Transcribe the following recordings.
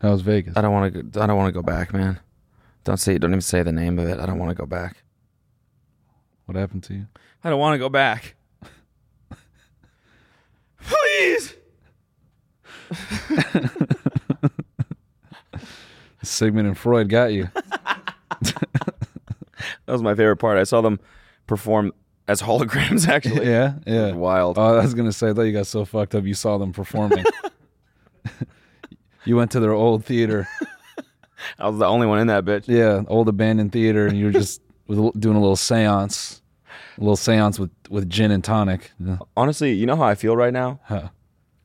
How was Vegas? I don't want to. go I don't want to go back, man. Don't say. Don't even say the name of it. I don't want to go back. What happened to you? I don't want to go back. Please. Sigmund and Freud got you. That was my favorite part. I saw them perform as holograms. Actually, yeah, yeah. It's wild. Oh, I was gonna say, I thought you got so fucked up you saw them performing. you went to their old theater, I was the only one in that bitch. yeah, old abandoned theater, and you were just with a l- doing a little seance, a little seance with with gin and tonic. Yeah. Honestly, you know how I feel right now? Huh.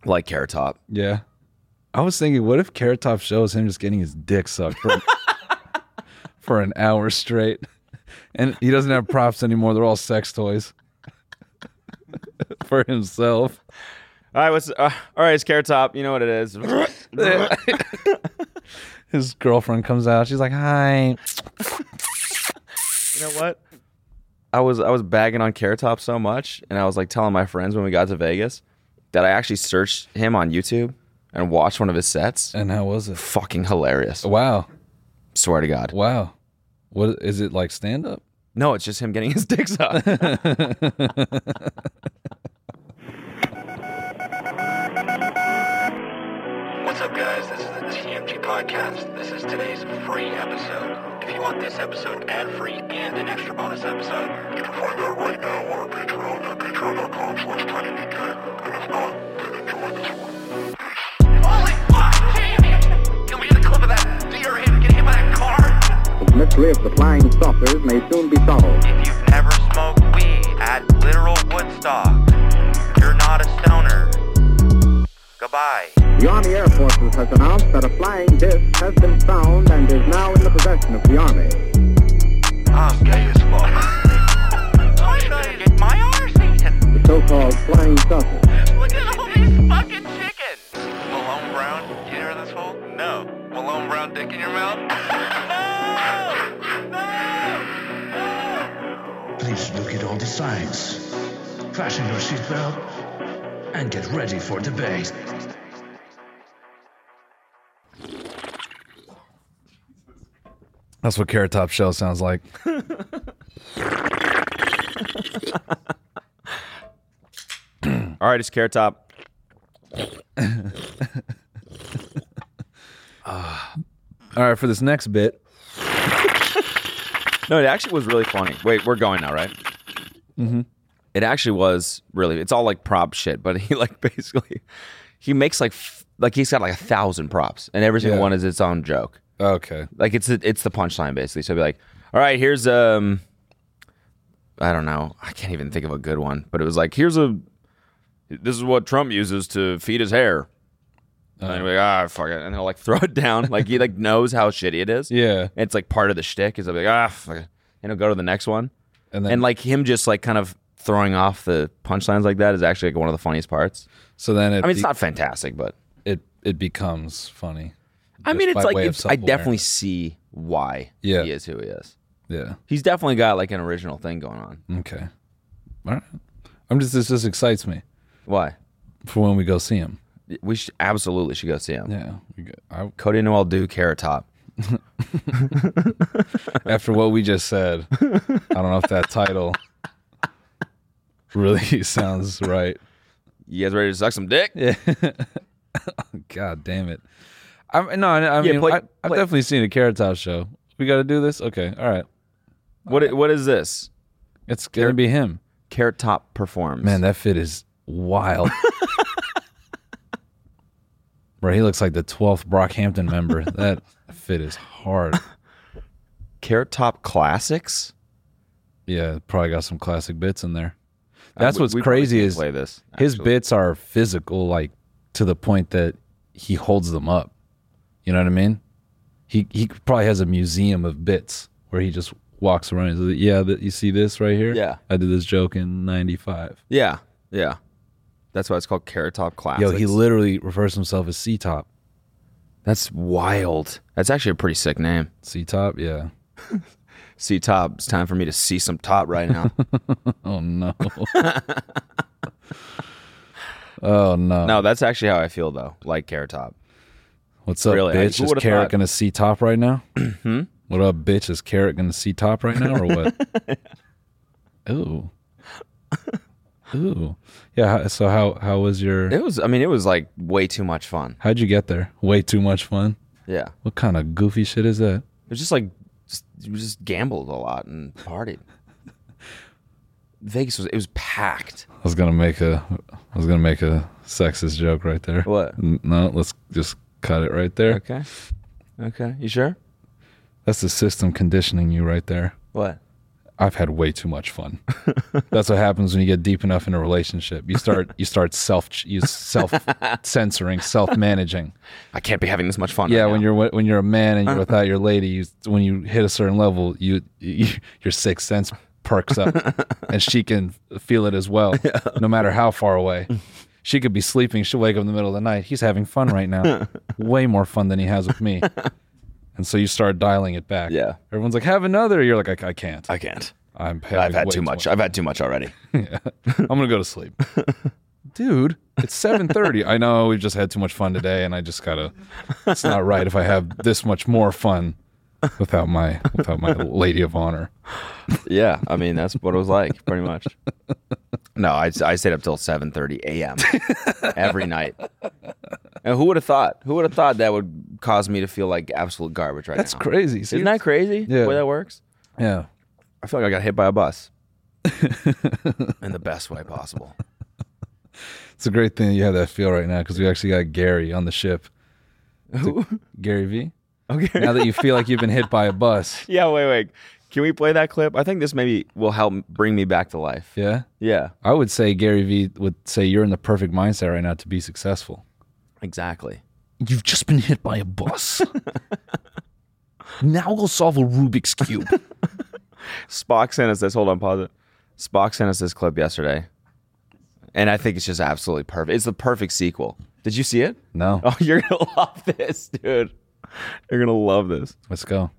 Like Carrot Top. Yeah. I was thinking, what if Carrot Top shows him just getting his dick sucked for, for an hour straight? And he doesn't have props anymore. They're all sex toys for himself. All right, what's uh, all right? It's Carrot Top. You know what it is. His girlfriend comes out. She's like, hi. You know what? I was I was bagging on Carrot Top so much, and I was like telling my friends when we got to Vegas that I actually searched him on YouTube and watched one of his sets. And how was it? Fucking hilarious! Wow. Swear to God. Wow. What is it like stand up? No, it's just him getting his dicks up. What's up, guys? This is the TMG Podcast. This is today's free episode. If you want this episode ad-free and an extra bonus episode, you can find that right now on our Patreon at patreon.com slash tinydk. And if not, then enjoy this one. Holy fuck, Jamie! Can we get a clip of that deer hit get hit by that car? The mystery of the flying saucers may soon be solved. If you've ever smoked weed at literal Woodstock, you're not a stoner. Goodbye. The Army Air Forces has announced that a flying disc has been found and is now in the possession of the Army. I'm gay as fuck. I'm trying to get my arse eaten. The so-called flying saucer. Look at all these fucking chickens. Malone Brown, you hear this hole? No. Malone Brown dick in your mouth? no! No! Please look at all the signs. Fasten your seatbelt and get ready for debate. That's what Carrot Top Shell sounds like. All right, it's Carrot Top. All right, for this next bit. No, it actually was really funny. Wait, we're going now, right? Mm-hmm. It actually was really. It's all like prop shit, but he like basically he makes like f- like he's got like a thousand props, and every single Yeah. one is its own joke. Okay. like it's the, it's the punchline basically. So be like, all right, here's um, I don't know, I can't even think of a good one, but it was like, here's a, this is what Trump uses to feed his hair. And then like, ah, fuck it, and he'll like throw it down, like he like knows how shitty it is. Yeah. and it's like part of the shtick is like ah, fuck it. and he'll go to the next one, And then and like him just like kind of throwing off the punchlines like that is actually like one of the funniest parts. so then it I mean, it's be- not fantastic, but it it becomes funny. I mean, by it's like way of it's, I definitely self-awareness. see why Yeah. he is who he is. Yeah. He's definitely got like an original thing going on. Okay. All right. I'm just this just excites me Why? for when we go see him. We should absolutely should go see him. Yeah. We go- I, Cody Noel do Carrot Top. after what we just said, I don't know if that title really sounds right. You guys ready to suck some dick? God damn it. I no, I, I mean, play- I, I've play- definitely seen a Carrot Top show. We got to do this. Okay. All right. What i- What is this? It's gonna be him. Carrot Top performs. Man, that fit is wild. Bro, he looks like the 12th Brockhampton member. That fit is hard. Carrot Top classics. Yeah, probably got some classic bits in there. That's Uh, we- what's we probably crazy can't is play this. his actually. bits are physical, like to the point that he holds them up. You know what I mean? He he probably has a museum of bits where he just walks around. And says, yeah, that you see this right here? Yeah. I did this joke in '95. Yeah, yeah. That's why it's called Carrot Top Classics. Yo, he literally refers to himself as C Top. That's wild. That's actually a pretty sick name. C Top, yeah. See top. It's time for me to see some top right now. Oh no. oh no. no, that's actually how I feel though. Like Carrot Top. What's up, Really, I- bitch? who Is would've Carrot thought? Hmm? gonna see top right now? What up, bitch? Is Carrot gonna see top right now or what? Ooh. Ooh. Yeah. how- So how how was your? It was. I mean, it was like way too much fun. How'd you get there? Way too much fun. Yeah, it What kind of goofy shit is that? was just like just, we just gambled a lot and partied. Vegas was. It was packed. I was gonna make a I was gonna make a sexist joke right there. What? N- No, let's just cut it right there. Okay. Okay. You sure? That's the system conditioning you right there. What? I've had way too much fun. That's what happens when you get deep enough in a relationship. You start you start self you self censoring, self managing. I can't be having this much fun. Yeah, right when now. Uh-huh. you're wi- when you're a man and you're without your lady, you when you hit a certain level, you, you your sixth sense perks up, and she can feel it as well, no matter how far away. She could be sleeping. She'll wake up in the middle of the night. He's having fun right now, way more fun than he has with me. And so you start dialing it back. Yeah. everyone's like, "Have another." You're like, "I, I can't. I can't. I'm I've having had way too much. I've had too much already. I'm gonna go to sleep, dude. It's 7:30. I know we've just had too much fun today, and I just gotta. It's not right if I have this much more fun without my without my lady of honor. Yeah, I mean that's what it was like, pretty much. No, I, I stayed up till seven thirty a.m. every night. And who would have thought? Who would have thought that would cause me to feel like absolute garbage right That's now? crazy. See, Isn't that crazy? Yeah. The way that works. yeah. I feel like I got hit by a bus in the best way possible. It's a great thing you have that feel right now because we actually got Gary on the ship. Who? Oh, Gary V. Okay. Now that you feel like you've been hit by a bus, Yeah, wait, wait. Can we play that clip? I think this maybe will help bring me back to life. yeah, Yeah, I would say Gary V. would say you're in the perfect mindset right now to be successful. exactly. You've just been hit by a bus. now we'll solve a Rubik's Cube. Spock sent us this. Hold on, pause it. Spock sent us this clip yesterday, and I think it's just absolutely perfect. It's the perfect sequel. Did you see it? No. Oh, you're gonna love this, dude. You're gonna love this. Let's go.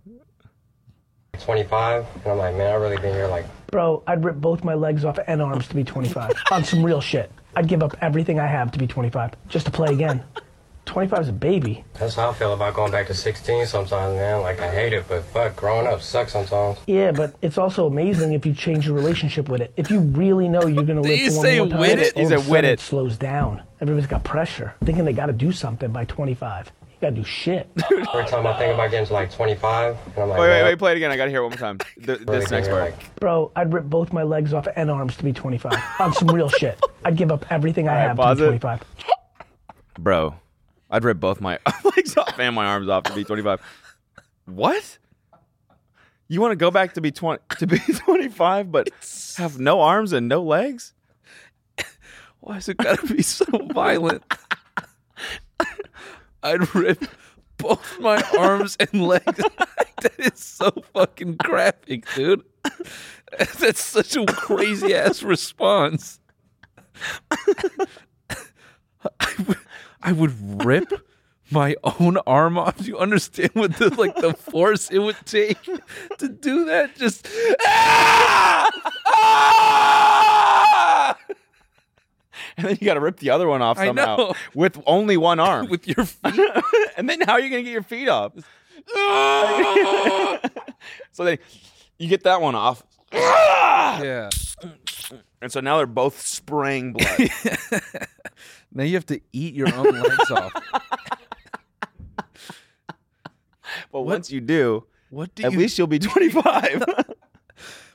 25, and I'm like, man, I've really been here like Bro, I'd rip both my legs off and arms to be 25. On some real shit. I'd give up everything I have to be 25 just to play again. 25 is a baby. that's how I feel about going back to 16 sometimes, man. Like I hate it, but fuck, growing up sucks sometimes. Yeah, but it's also amazing if you change your relationship with it. If you really know you're gonna live you for say one more time, with it? all You of said a with sudden it. slows down. Everybody's got pressure, thinking they gotta do something by 25. You gotta do shit. Every time I think about getting to like 25, and I'm like, Wait, wait, man, wait. Play it again. I gotta hear it one more time. Th- I've really this been next here, part. like- Bro, I'd rip both my legs off and arms to be 25. On some real shit. I'd give up everything I right, have pause to it. be 25. Bro, I'd rip both my legs off and my arms off to be 25. What? You want to go back to be 20 to be 25, but have no arms and no legs? Why is it gotta be so violent? I'd rip both my arms and legs. that is so fucking graphic, dude. That's such a crazy ass response. I would, I would rip my own arm off. Do you understand what the like the force it would take to do that? Just ah! Ah! And then you got to rip the other one off I somehow know. with only one arm. with your feet. and then how are you going to get your feet off? so then you get that one off. yeah. And so now they're both spraying blood. Now you have to eat your own legs off. but once you do, What do at you least you'll be 25.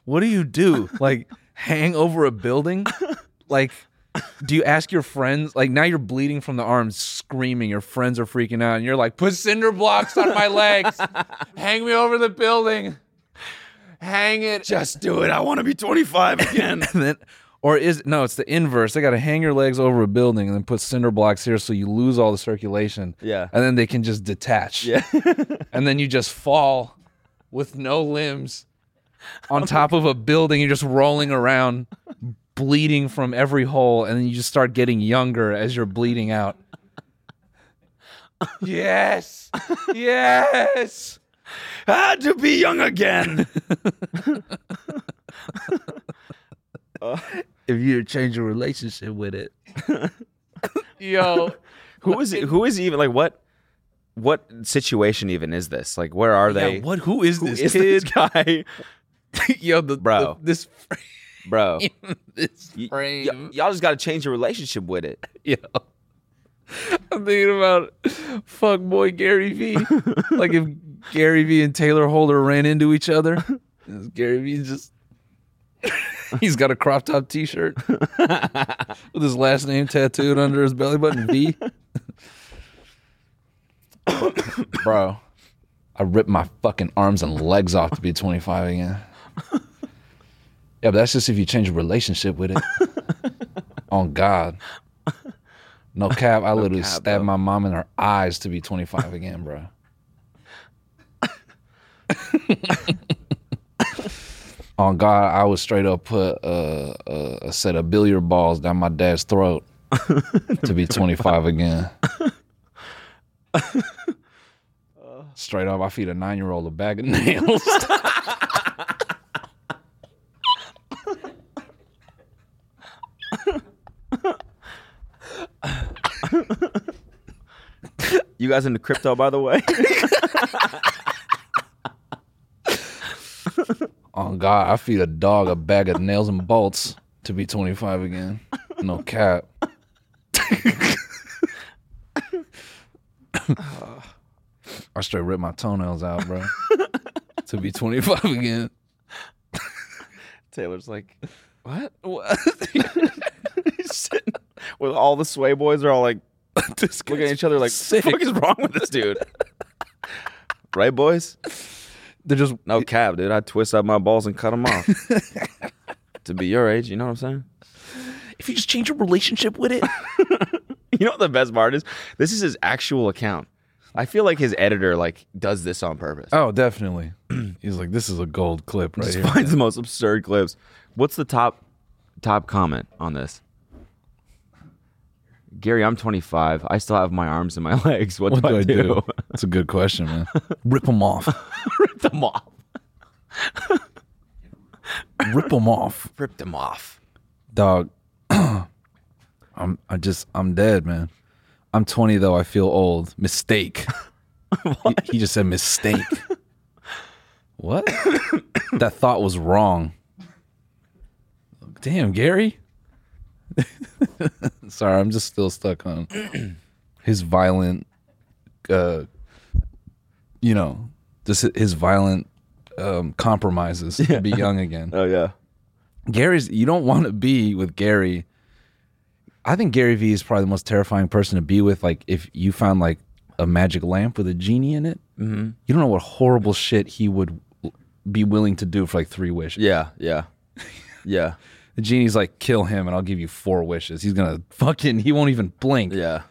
What do you do? Like hang over a building? Like do you ask your friends? Like now you're bleeding from the arms, screaming. Your friends are freaking out, and you're like, "Put cinder blocks on my legs, hang me over the building, hang it." Just do it. I want to be 25 again. And then, Or is no? It's the inverse. They got to hang your legs over a building and then put cinder blocks here, so you lose all the circulation. Yeah. And then they can just detach. Yeah. and then you just fall with no limbs on top of a building. You're just rolling around, bleeding from every hole, and then you just start getting younger as you're bleeding out. yes. Yes. Ah, to be young again. If you change your relationship with it. Yo, who is who is even like what? What situation even is this? Like, where are they? Yeah, what? Who is Who this is kid? this guy, Yo, the Bro. the- this bro? frame, this Y- y- frame. y'all just got to change your relationship with it. Yo. I'm thinking about fuck boy Gary V. like if Gary V and Taylor Holder ran into each other, Gary V just he's got a crop top T-shirt with his last name tattooed under his belly button V. Bro, I ripped my fucking arms and legs off to be 25 again. Yeah, but that's just if you change your relationship with it. On God. No cap, I literally cap, stabbed bro. my mom in her eyes to be 25 again, bro. On God, I would straight up put uh, a, a, a set of billiard balls down my dad's throat to be 25 again. Straight up, I feed a nine year old a bag of nails. You guys into crypto, by the way? On God, I feed a dog a bag of nails and bolts to be 25 again. No cap. I straight ripped my toenails out, bro. to be 25 again. Taylor's like, What? he's sitting with all the sway boys are all like this looking at each other like, Sick. what the fuck is wrong with this dude? right, boys? They're just No cap, dude. I twist up my balls and cut them off. to be your age, you know what I'm saying? if you just change your relationship with it. You know what the best part is? This is his actual account. I feel like his editor like does this on purpose. oh, definitely. He's like, this is a gold clip right Just here. finds the most absurd clips. What's the top top comment on this? Gary, I'm 25. I still have my arms and my legs. What, What do I do? do? It's a good question, man. Rip them off. Rip them off. Rip them off. Rip them off. dog i'm i just i'm dead man i'm 20 though i feel old mistake he, he just said mistake what that thought was wrong damn gary sorry i'm just still stuck on his violent uh you know just his violent um compromises to be young again Oh yeah. Gary's you don't want to be with Gary. I think Gary Vee is probably the most terrifying person to be with. Like if you found like a magic lamp with a genie in it, mm-hmm. you don't know what horrible shit he would be willing to do for like three wishes. Yeah. Yeah. Yeah. The genie's like, kill him and I'll give you four wishes. He's gonna fucking he won't even blink. Yeah.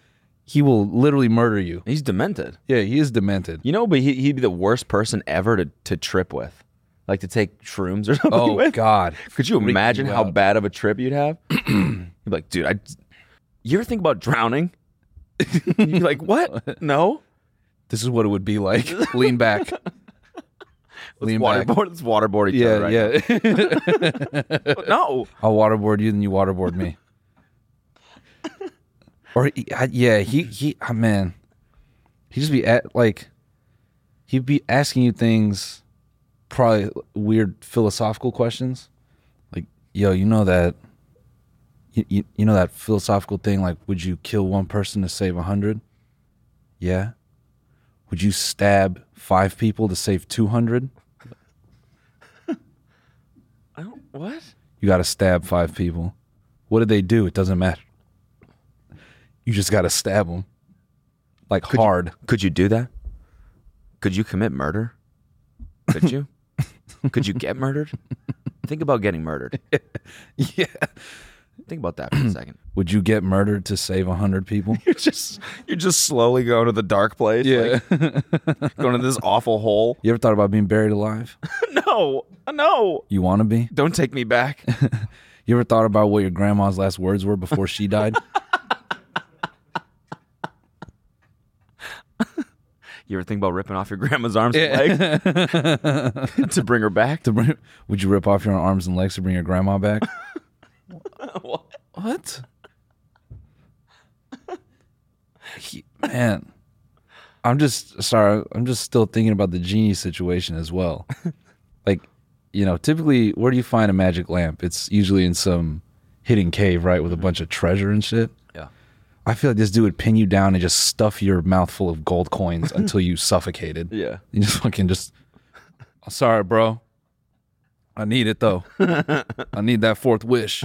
He will literally murder you. He's demented. Yeah, he is demented. You know, but he, he'd be the worst person ever to, to trip with, like to take shrooms or something. Oh with. God. Could you Freak imagine you how out. bad of a trip you'd have? you'd be like, dude, I. You ever think about drowning? you'd be like, what? No. This is what it would be like. Lean back. Lean back. waterboard. Let's waterboard each Yeah, other. Right yeah. now. No. I'll waterboard you, then you waterboard me. or he- I- yeah, he he oh, man, he just be at like he'd be asking you things, probably weird philosophical questions, like yo, you know that. You, you, you know that philosophical thing like would you kill one person to save a hundred yeah would you stab five people to save 200 I don't, what? You got to stab five people. What did they do? It doesn't matter. You just got to stab them. Like hard. Could you do that? Could you commit murder? Could you? Could you get murdered? Think about getting murdered. Yeah. Think about that for a second. Would you get murdered to save a hundred people? You're just you're just slowly going to the dark place. Yeah. like, going to this awful hole. you ever thought about being buried alive? No, uh, no. You want to be? Don't take me back. You ever thought about what your grandma's last words were before she died? You ever think about ripping off your grandma's arms and legs to bring her back? to bring, would you rip off your arms and legs to bring your grandma back? what? He- man, I'm just sorry. I'm just still thinking about the genie situation as well. like, you know, typically, where do you find a magic lamp? It's usually in some hidden cave, right, with a bunch of treasure and shit. Mm-hmm. Yeah. I feel like this dude would pin you down and just stuff your mouth full of gold coins until you suffocated. Yeah. You just fucking just. I'm sorry, bro. I need it though. I need that fourth wish.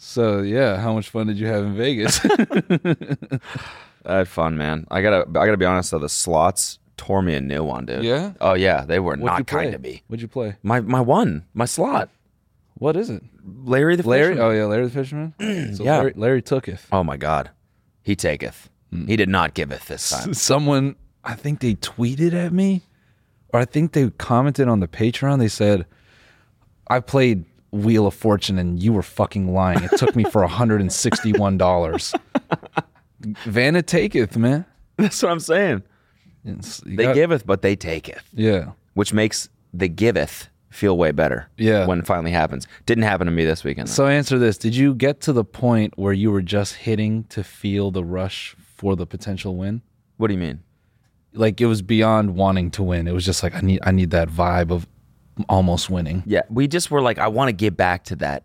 so yeah. How much fun did you have in Vegas? I had fun, man. I gotta I gotta be honest though, the slots tore me a new one, dude. Yeah? Oh yeah, they were What'd you not play? kind to me. What'd you play? My my one, my slot. What is it? Larry the Larry? Fisherman. Oh yeah, Larry the Fisherman. So Yeah. Larry, Larry tooketh. Oh my God, he taketh. Hmm. He did not giveth this time. someone I think they tweeted at me or I think they commented on the Patreon. They said, I played Wheel of Fortune and you were fucking lying. It took me for $161. Vanna taketh, man. That's what I'm saying. It's- you They got- giveth, but they taketh, Yeah. which makes the giveth feel way better. Yeah. when it finally happens. Didn't happen to me this weekend. So answer this. Did you get to the point where you were just hitting to feel the rush for the potential win? what do you mean? Like it was beyond wanting to win. It was just like I need I need that vibe of almost winning. Yeah, we just were like, I want to get back to that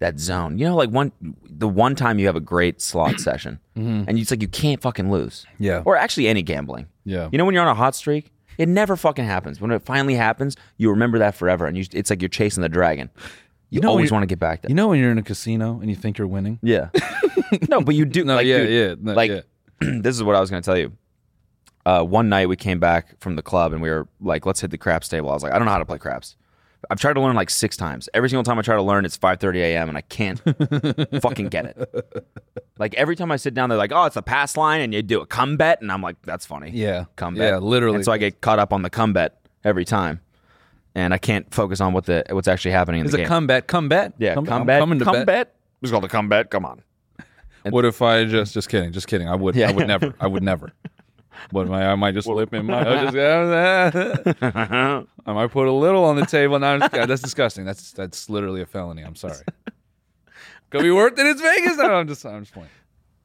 that zone. You know, like one the one time you have a great slot session, and it's like you can't fucking lose. Mm-hmm. Yeah. or actually any gambling. Yeah. you know when you're on a hot streak, it never fucking happens. When it finally happens, you remember that forever, and you, it's like you're chasing the dragon. You, know when always you- want to get back to. You know when you're in a casino and you think you're winning? yeah, no, but you do. No, like, yeah, dude, yeah, no, like yeah. this is what I was gonna tell you. Uh, one night we came back from the club and we were like, let's hit the craps table. I was like, I don't know how to play craps. I've tried to learn like six times. Every single time I try to learn, it's 5:30 a.m. and I can't fucking get it. Like every time I sit down, they're like, "Oh, it's a pass line," and you do a come bet, and I'm like, "That's funny." Yeah. come bet. Yeah, literally. And so I get caught up on the come bet every time, and I can't focus on what the what's actually happening in It's a the game. combat, combat. yeah, Com- come I'm bet, coming to come bet. It's called a come bet. Come on. What if I just, just kidding, just kidding. I would, I would never, I would never. What am I, I might just lip in my, I, just, I might put a little on the table. Now that's disgusting. That's, that's literally a felony. I'm sorry. Could be worth it. It's Vegas. No, I'm just, I'm just playing.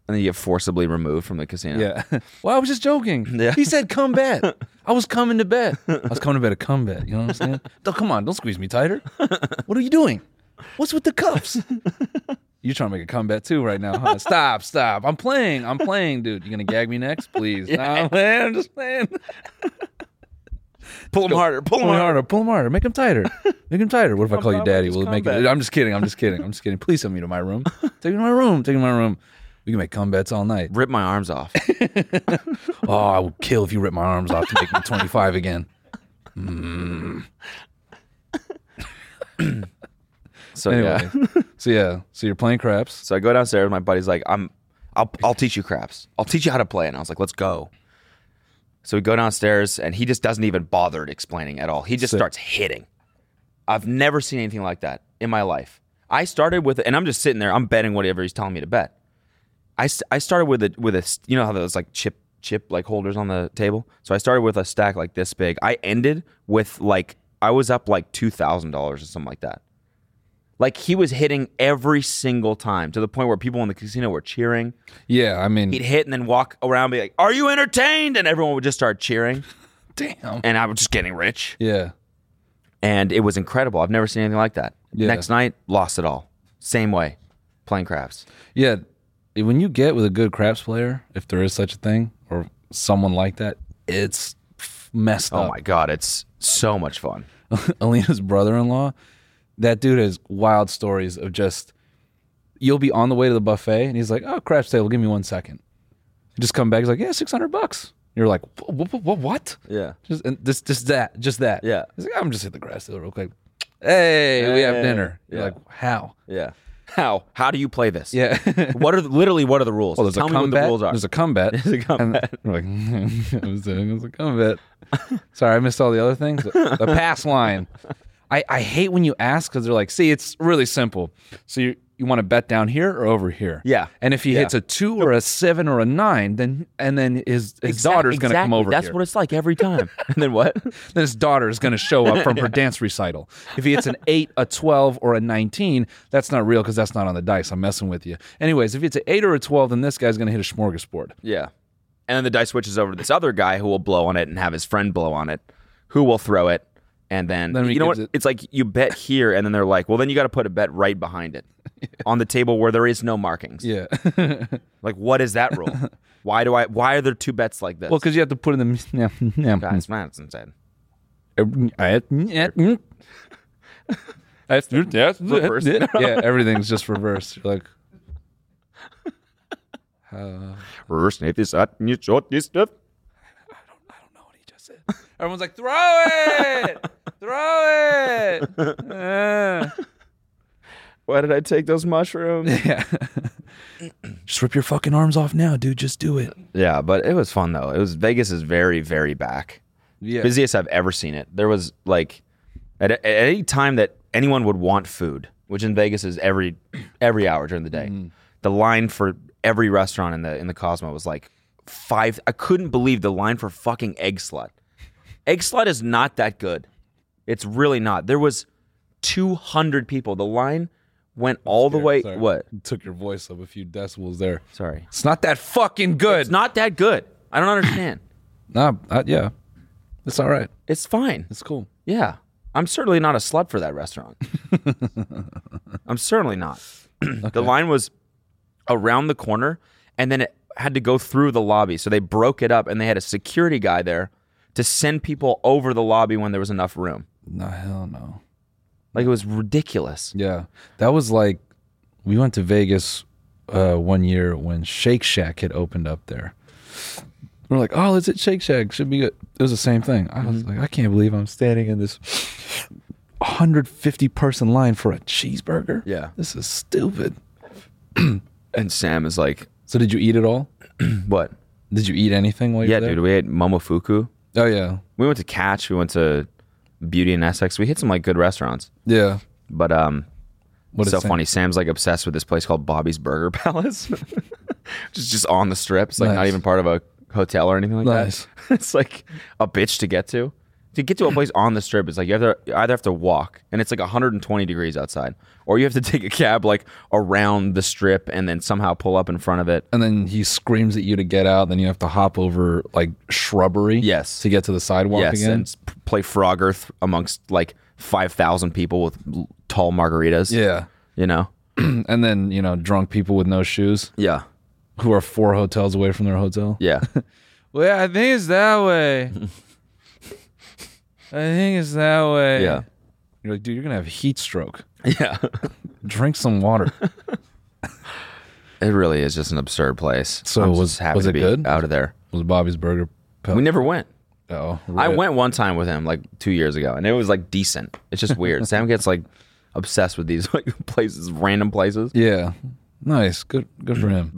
And then you get forcibly removed from the casino. Yeah. Well, I was just joking. He said, come bet. I was coming to bet. I was coming to bet a come bet. You know what I'm saying? Oh, come on. Don't squeeze me tighter. What are you doing? What's with the cuffs? You're trying to make a comeback too right now, huh? Stop, stop. I'm playing. I'm playing, dude. You gonna gag me next? Please. No, I'm playing. I'm just playing. Pull them harder. Pull Pull them me harder. harder. Pull him harder. Make him tighter. Make him tighter. What if I call you daddy? Will it make it? comeback. I'm just kidding. I'm just kidding. I'm just kidding. Please send me to my room. Take me to my room. Take me to my room. We can make comebacks all night. Rip my arms off. Oh, I would kill if you ripped my arms off to make me 25 again. So Anyway, yeah. so yeah, so you're playing craps. So I go downstairs. My buddy's like, "I'm, I'll, I'll teach you craps. I'll teach you how to play." And I was like, "Let's go." So we go downstairs, and he just doesn't even bother explaining at all. He just Sick. starts hitting. I've never seen anything like that in my life. I started with, and I'm just sitting there. I'm betting whatever he's telling me to bet. I, s- I started with a with a you know how those like chip chip like holders on the table. So I started with a stack like this big. I ended with like I was up like two thousand dollars or something like that. Like he was hitting every single time to the point where people in the casino were cheering. Yeah, I mean, He'd hit and then walk around, and be like, "Are you entertained?" And everyone would just start cheering. Damn. And I was just getting rich, yeah. and it was incredible. I've never seen anything like that. Yeah. Next night, lost it all. Same way, playing craps. Yeah, when you get with a good craps player, if there is such a thing, or someone like that, it's f- messed Oh up. my god, it's so much fun. Alina's brother-in-law, that dude has wild stories of just. You'll be on the way to the buffet, and he's like, "Oh, craps table, give me one second. You just come back. He's like, "Yeah, six hundred bucks." You're like, "What? What?" Yeah. Just and this, just that, just that. Yeah. He's like, "I'm just hit the grass table real quick." Hey, we have Hey. dinner. You're Yeah. like, "How?" Yeah. How? How do you play this? Yeah. what are the, literally what are the rules? Well, there's Tell a me what combat. the rules are. There's a combat. There's a combat. And we're like, I was doing, it was a combat. Sorry, I missed all the other things. The pass line. I, I hate when you ask because they're like, see, it's really simple. So you you want to bet down here or over here? Yeah. And if he Yeah. hits a two or a seven or a nine, then and then his his Exact- daughter's gonna come exactly. over That's here. what it's like every time. and then what? then his daughter is gonna show up from her dance recital. If he hits an eight, a twelve, or a nineteen, that's not real because that's not on the dice. I'm messing with you. Anyways, if it's an eight or a twelve, then this guy's gonna hit a smorgasbord. Yeah. And then the dice switches over to this other guy who will blow on it and have his friend blow on it, who will throw it. And then, Then he you know what? gives it- It's like you bet here, and then they're like, well, then you got to put a bet right behind it on the table where there is no markings. Yeah. Like, what is that rule? why do I? Why are there two bets like this? Well, Hmm. because you have to put in the yeah, guys, man, it's insane. Reverse. yeah, everything's just reversed. You're like, Reverse Nate, this out and you short this stuff. everyone's like, throw it, throw it. Uh. Yeah. Why did I take those mushrooms? just rip your fucking arms off now, dude. Just do it. Yeah, but it was fun though. It was Vegas is very very back. Yeah. Busiest I've ever seen it. There was like at, at any time that anyone would want food, which in Vegas is every every hour during the day. Mm-hmm. The line for every restaurant in the in the Cosmo was like five I couldn't believe the line for fucking egg slut. Egg slut is not that good. It's really not. There was 200 people. The line went all the way Sorry. what? Took your voice up a few decibels there. Sorry. It's not that fucking good. It's not that good. I don't understand. Nah, uh, yeah, it's all right. It's fine. It's cool. Yeah. I'm certainly not a slut for that restaurant. I'm certainly not. The line was around the corner and then it had to go through the lobby. So they broke it up and they had a security guy there to send people over the lobby when there was enough room. No, hell no. Like it was ridiculous. Yeah. That was like we went to Vegas uh, one year when Shake Shack had opened up there. We're like, oh, it's at Shake Shack. Should be good. It was the same thing. I was Mm-hmm. like, I can't believe I'm standing in this 150 person line for a cheeseburger. Yeah. This is stupid. And Sam is like, So, did you eat it all? "What? Did you eat anything while you Yeah, were there? dude, we ate momofuku. Oh, yeah. We went to Catch, we went to Beauty and Essex. We hit some like good restaurants. Yeah. But um What is so that? funny. Sam's like obsessed with this place called Bobby's Burger Palace, which is just on the strip. It's like not Nice. even part of a hotel or anything like Nice. that. It's like a bitch to get to. To get to a place on the strip, it's like you have to you either have to walk, and it's like 120 degrees outside, or you have to take a cab like around the strip and then somehow pull up in front of it. And then he screams at you to get out. Then you have to hop over like shrubbery. Yes. To get to the sidewalk yes, again. and s- p- play Frogger th- amongst like 5,000 people with l- tall margaritas. yeah. you know. And then, you know, drunk people with no shoes Yeah, who are four hotels away from their hotel. yeah. Well, yeah, I think it's that way. I think it's that way. Yeah. You're like, dude, you're going to have heat stroke. Yeah. Drink some water. It really is just an absurd place. So I'm was- just happy was to it be good? out of there. was Bobby's Burger. Pal- We never went. Oh, I rip. went one time with him like two years ago, and it was like decent. It's just weird. Sam gets like obsessed with these like places, random places. Yeah. Nice. Good good for him.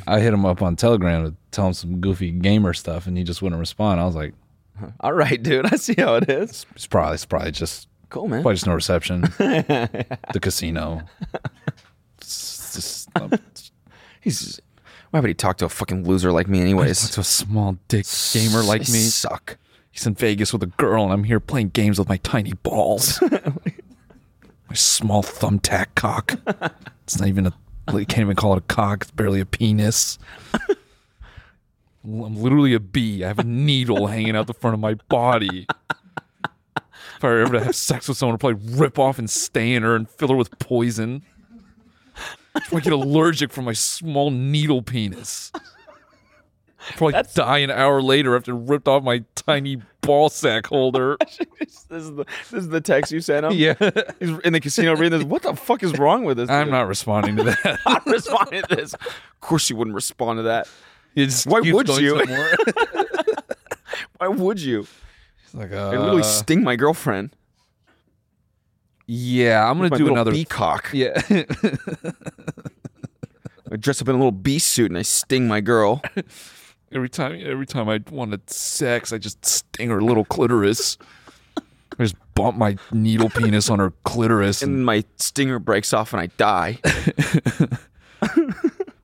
I hit him up on Telegram to tell him some goofy gamer stuff, and he just wouldn't respond. I was like, "All right, dude, I see how it is." It's probably it's probably just cool, man. Probably just no reception. the casino. It's just- um, He's why would he talk to a fucking loser like me, anyways? to a small dick gamer like They me. suck. He's in Vegas with a girl, and I'm here playing games with my tiny balls. my small thumbtack cock. It's not even a. You can't even call it a cock. It's barely a penis. I'm literally a bee. I have a needle hanging out the front of my body. If I were ever to have sex with someone, I'd probably rip off and stain her and fill her with poison. That's why I get allergic from my small needle penis. I'd probably die an hour later after it ripped off my tiny ball sack holder. this is the this is the text you sent him. Yeah. he's in the casino reading this. What the fuck is wrong with this? I'm dude? not responding to that. I'm not responding to this. Of course, you wouldn't respond to that. It just Why keeps would going you? somewhere. Why would you? It's like, It literally uh, sting my girlfriend. yeah, I'm gonna my do little another. peacock. Yeah, I dress up in a little bee suit and I sting my girl. every time, every time I wanted sex, I just sting her little clitoris. I just bump my needle penis on her clitoris, and and my stinger breaks off and I die.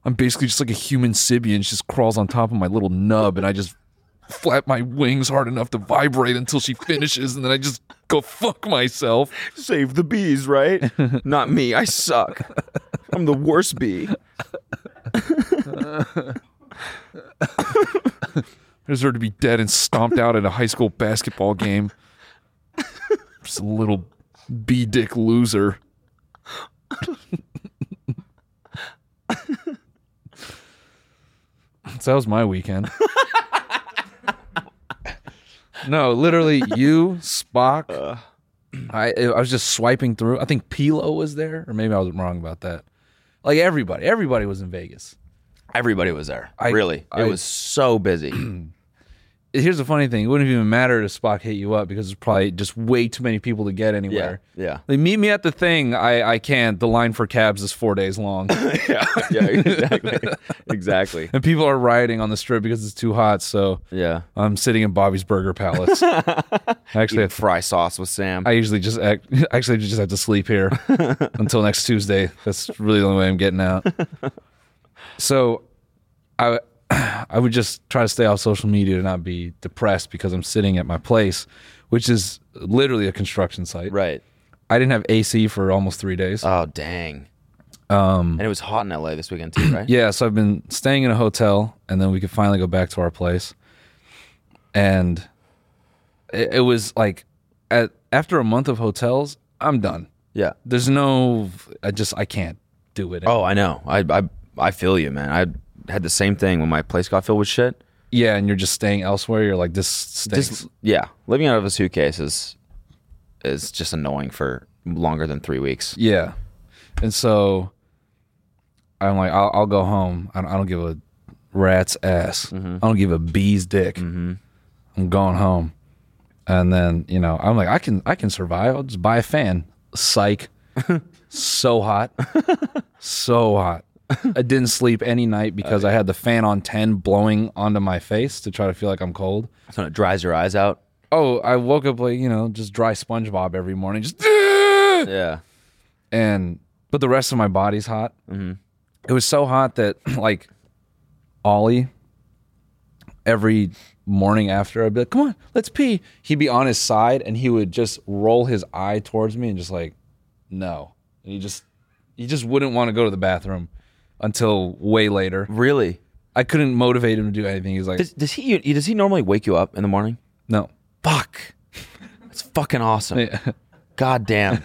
I'm basically just like a human sibian. She just crawls on top of my little nub, and I just flap my wings hard enough to vibrate until she finishes, and then I just go fuck myself. Save the bees, right? Not me. I suck. I'm the worst bee. I deserve to be dead and stomped out at a high school basketball game. Just a little b dick loser. so that was my weekend. no, literally, you Spock. I I was just swiping through. I think Pilo was there, or maybe I was wrong about that. Like everybody, everybody was in Vegas. Everybody was there. I- really. I- it was so busy. here's the funny thing: it wouldn't even matter if Spock hit you up because there's probably just way too many people to get anywhere. yeah. Like, meet me at the thing. I I can't. The line for cabs is four days long, yeah. Yeah, exactly. exactly. and people are rioting on the strip because it's too hot. So Yeah. I'm sitting in Bobby's Burger Palace. I actually, Eat fry sauce with Sam. I usually just act, actually just have to sleep here until next Tuesday. That's really the only way I'm getting out. So, I I would just try to stay off social media to not be depressed because I'm sitting at my place, which is literally a construction site. right. I didn't have AC for almost three days. Oh dang. Um and it was hot in LA this weekend too, right? yeah, so I've been staying in a hotel, and then we could finally go back to our place. And it, it was like, at, after a month of hotels, I'm done. Yeah. There's no, I just I can't do it. Oh, I know. I I I feel you, man. I had the same thing when my place got filled with shit. Yeah, and you're just staying elsewhere. You're like, this stinks. Just yeah, living out of a suitcase is is just annoying for longer than three weeks. yeah, and so I'm like, I'll, I'll go home. I don't, I don't give a rat's ass. I don't give a bee's dick. I'm going home. And then, you know, I'm like, I can I can survive. I'll just buy a fan. Psych. so hot. so hot. I didn't sleep any night because I had the fan on 10 blowing onto my face to try to feel like I'm cold. So it dries your eyes out. Oh, I woke up like, you know, just dry SpongeBob every morning. Just Yeah. and but the rest of my body's hot. Mm-hmm. It was so hot that like Ollie, every morning after I'd be like, "Come on, let's pee." He'd be on his side and he would just roll his eye towards me and just like, "No," and he just he just wouldn't want to go to the bathroom until way later. Really, I couldn't motivate him to do anything. He's like, Does, does he you- does he normally wake you up in the morning? No. Fuck. That's fucking awesome. God damn.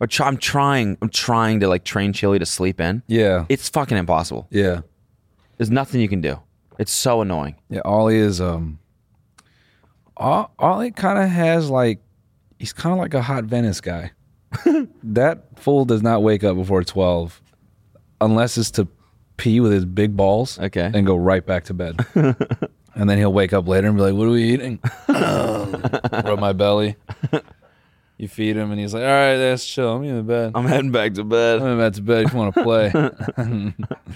Or try- I'm trying. I'm trying to like train Chili to sleep in. Yeah. It's fucking impossible. Yeah. There's nothing you can do. It's so annoying. Yeah, Ollie is um Ol- Ollie kind of has like he's kind of like a hot Venice guy. that fool does not wake up before 12 unless it's to pee with his big balls okay. and go right back to bed. and then he'll wake up later and be like, "What are we eating?" Rub my belly. You feed him and he's like, "All right, that's chill. I'm in the bed. I'm heading back to bed. I'm heading back to bed if you want to play."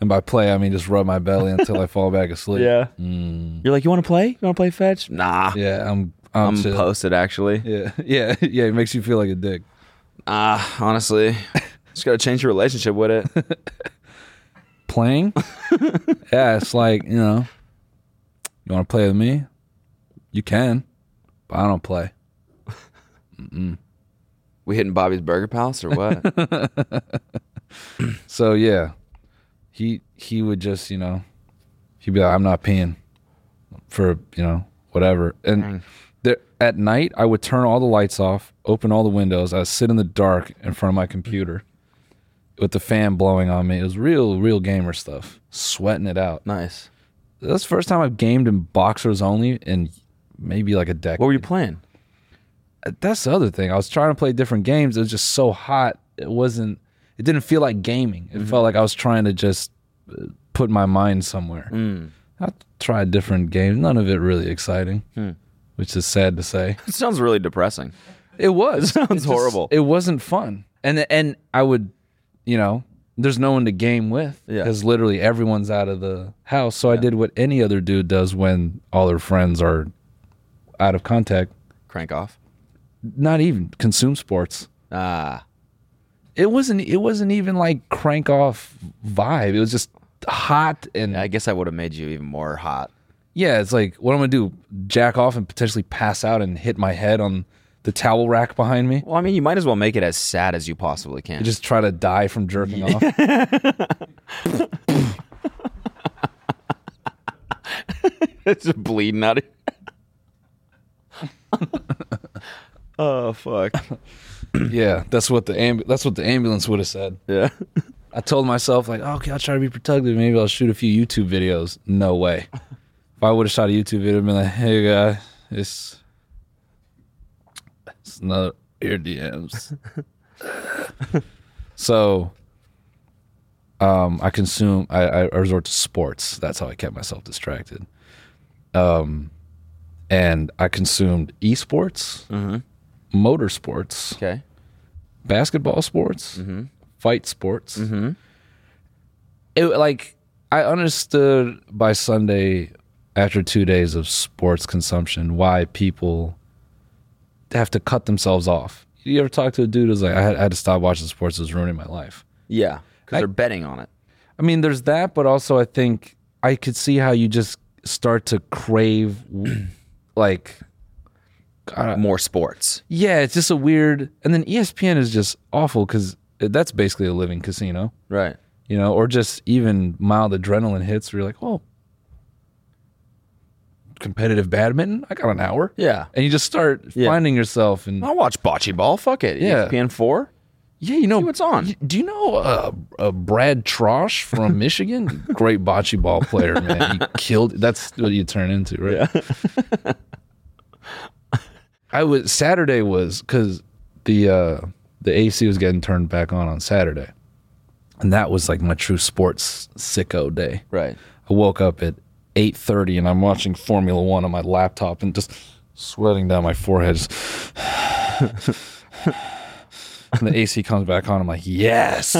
and by play, I mean just rub my belly until I fall back asleep. Yeah. Mm. You're like, you want to play? You want to play fetch? Nah. Yeah, I'm. I'm, chill. posted actually. Yeah, yeah, yeah. It makes you feel like a dick. Ah, honestly, just gotta change your relationship with it. Playing? yeah, it's like you know. You want to play with me? You can, but I don't play. Mm-mm. we hitting Bobby's Burger Palace or what? So yeah, he he would just you know, he'd be like, I'm not peeing, for you know whatever. And there, at night, I would turn all the lights off, open all the windows. I would sit in the dark in front of my computer, with the fan blowing on me. It was real real gamer stuff, sweating it out. Nice. That's the first time I've gamed in boxers only in maybe like a decade. What were you playing? That's the other thing. I was trying to play different games. It was just so hot. It wasn't. It didn't feel like gaming. It felt like I was trying to just uh, put my mind somewhere. I tried different games. None of it really exciting, Hmm. which is sad to say. it sounds really depressing. It was. It sounds just- horrible. it wasn't fun. And and I would, you know, there's no one to game with Yeah. because literally everyone's out of the house. So I did what any other dude does when all their friends are out of contact. Crank off. Not even consume sports. Ah. It wasn't. It wasn't even like crank off vibe. It was just hot and. I guess I would have made you even more hot. Yeah, it's like what I'm gonna do: jack off and potentially pass out and hit my head on the towel rack behind me. Well, I mean, you might as well make it as sad as you possibly can. You just try to die from jerking off. it's just bleeding out. Of oh fuck. yeah, that's what the amb- that's what the ambulance would have said. Yeah. I told myself like, "Oh, okay, I'll try to be protective. Maybe I'll shoot a few YouTube videos. No way. If I would have shot a YouTube video, I'd been like, hey guy, it's it's another ear DMs. so, um, I consume. I, I I resort to sports. That's how I kept myself distracted. Um, and I consumed esports, motorsports, okay, basketball sports, fight sports. Mm-hmm. It like I understood by Sunday after two days of sports consumption why people have to cut themselves off. You ever talk to a dude who's like, I had, I had to stop watching sports; it was ruining my life. Yeah, because I- they're betting on it. I mean, there's that, but also I think I could see how you just start to crave like more sports. Yeah, it's just a weird. And then E ESPN is just awful because that's basically a living casino, Right. you know, or just even mild adrenaline hits where you're like, oh, competitive badminton, I got an hour. Yeah. And you just start finding yourself and I'll watch bocce ball. Fuck it. E Yeah. ESPN four. Oh, Yeah, you know what's on. Do you know uh, uh, Brad Trosh from Michigan? Great bocce ball player, man. He killed. That's what you turn into, right? I was Saturday was because the uh, the AC was getting turned back on on Saturday, and that was like my true sports sicko day. Right. I woke up at 8:30 and I'm watching Formula 1 on my laptop and just sweating down my forehead. just and the AC comes back on. I'm like, "Yes."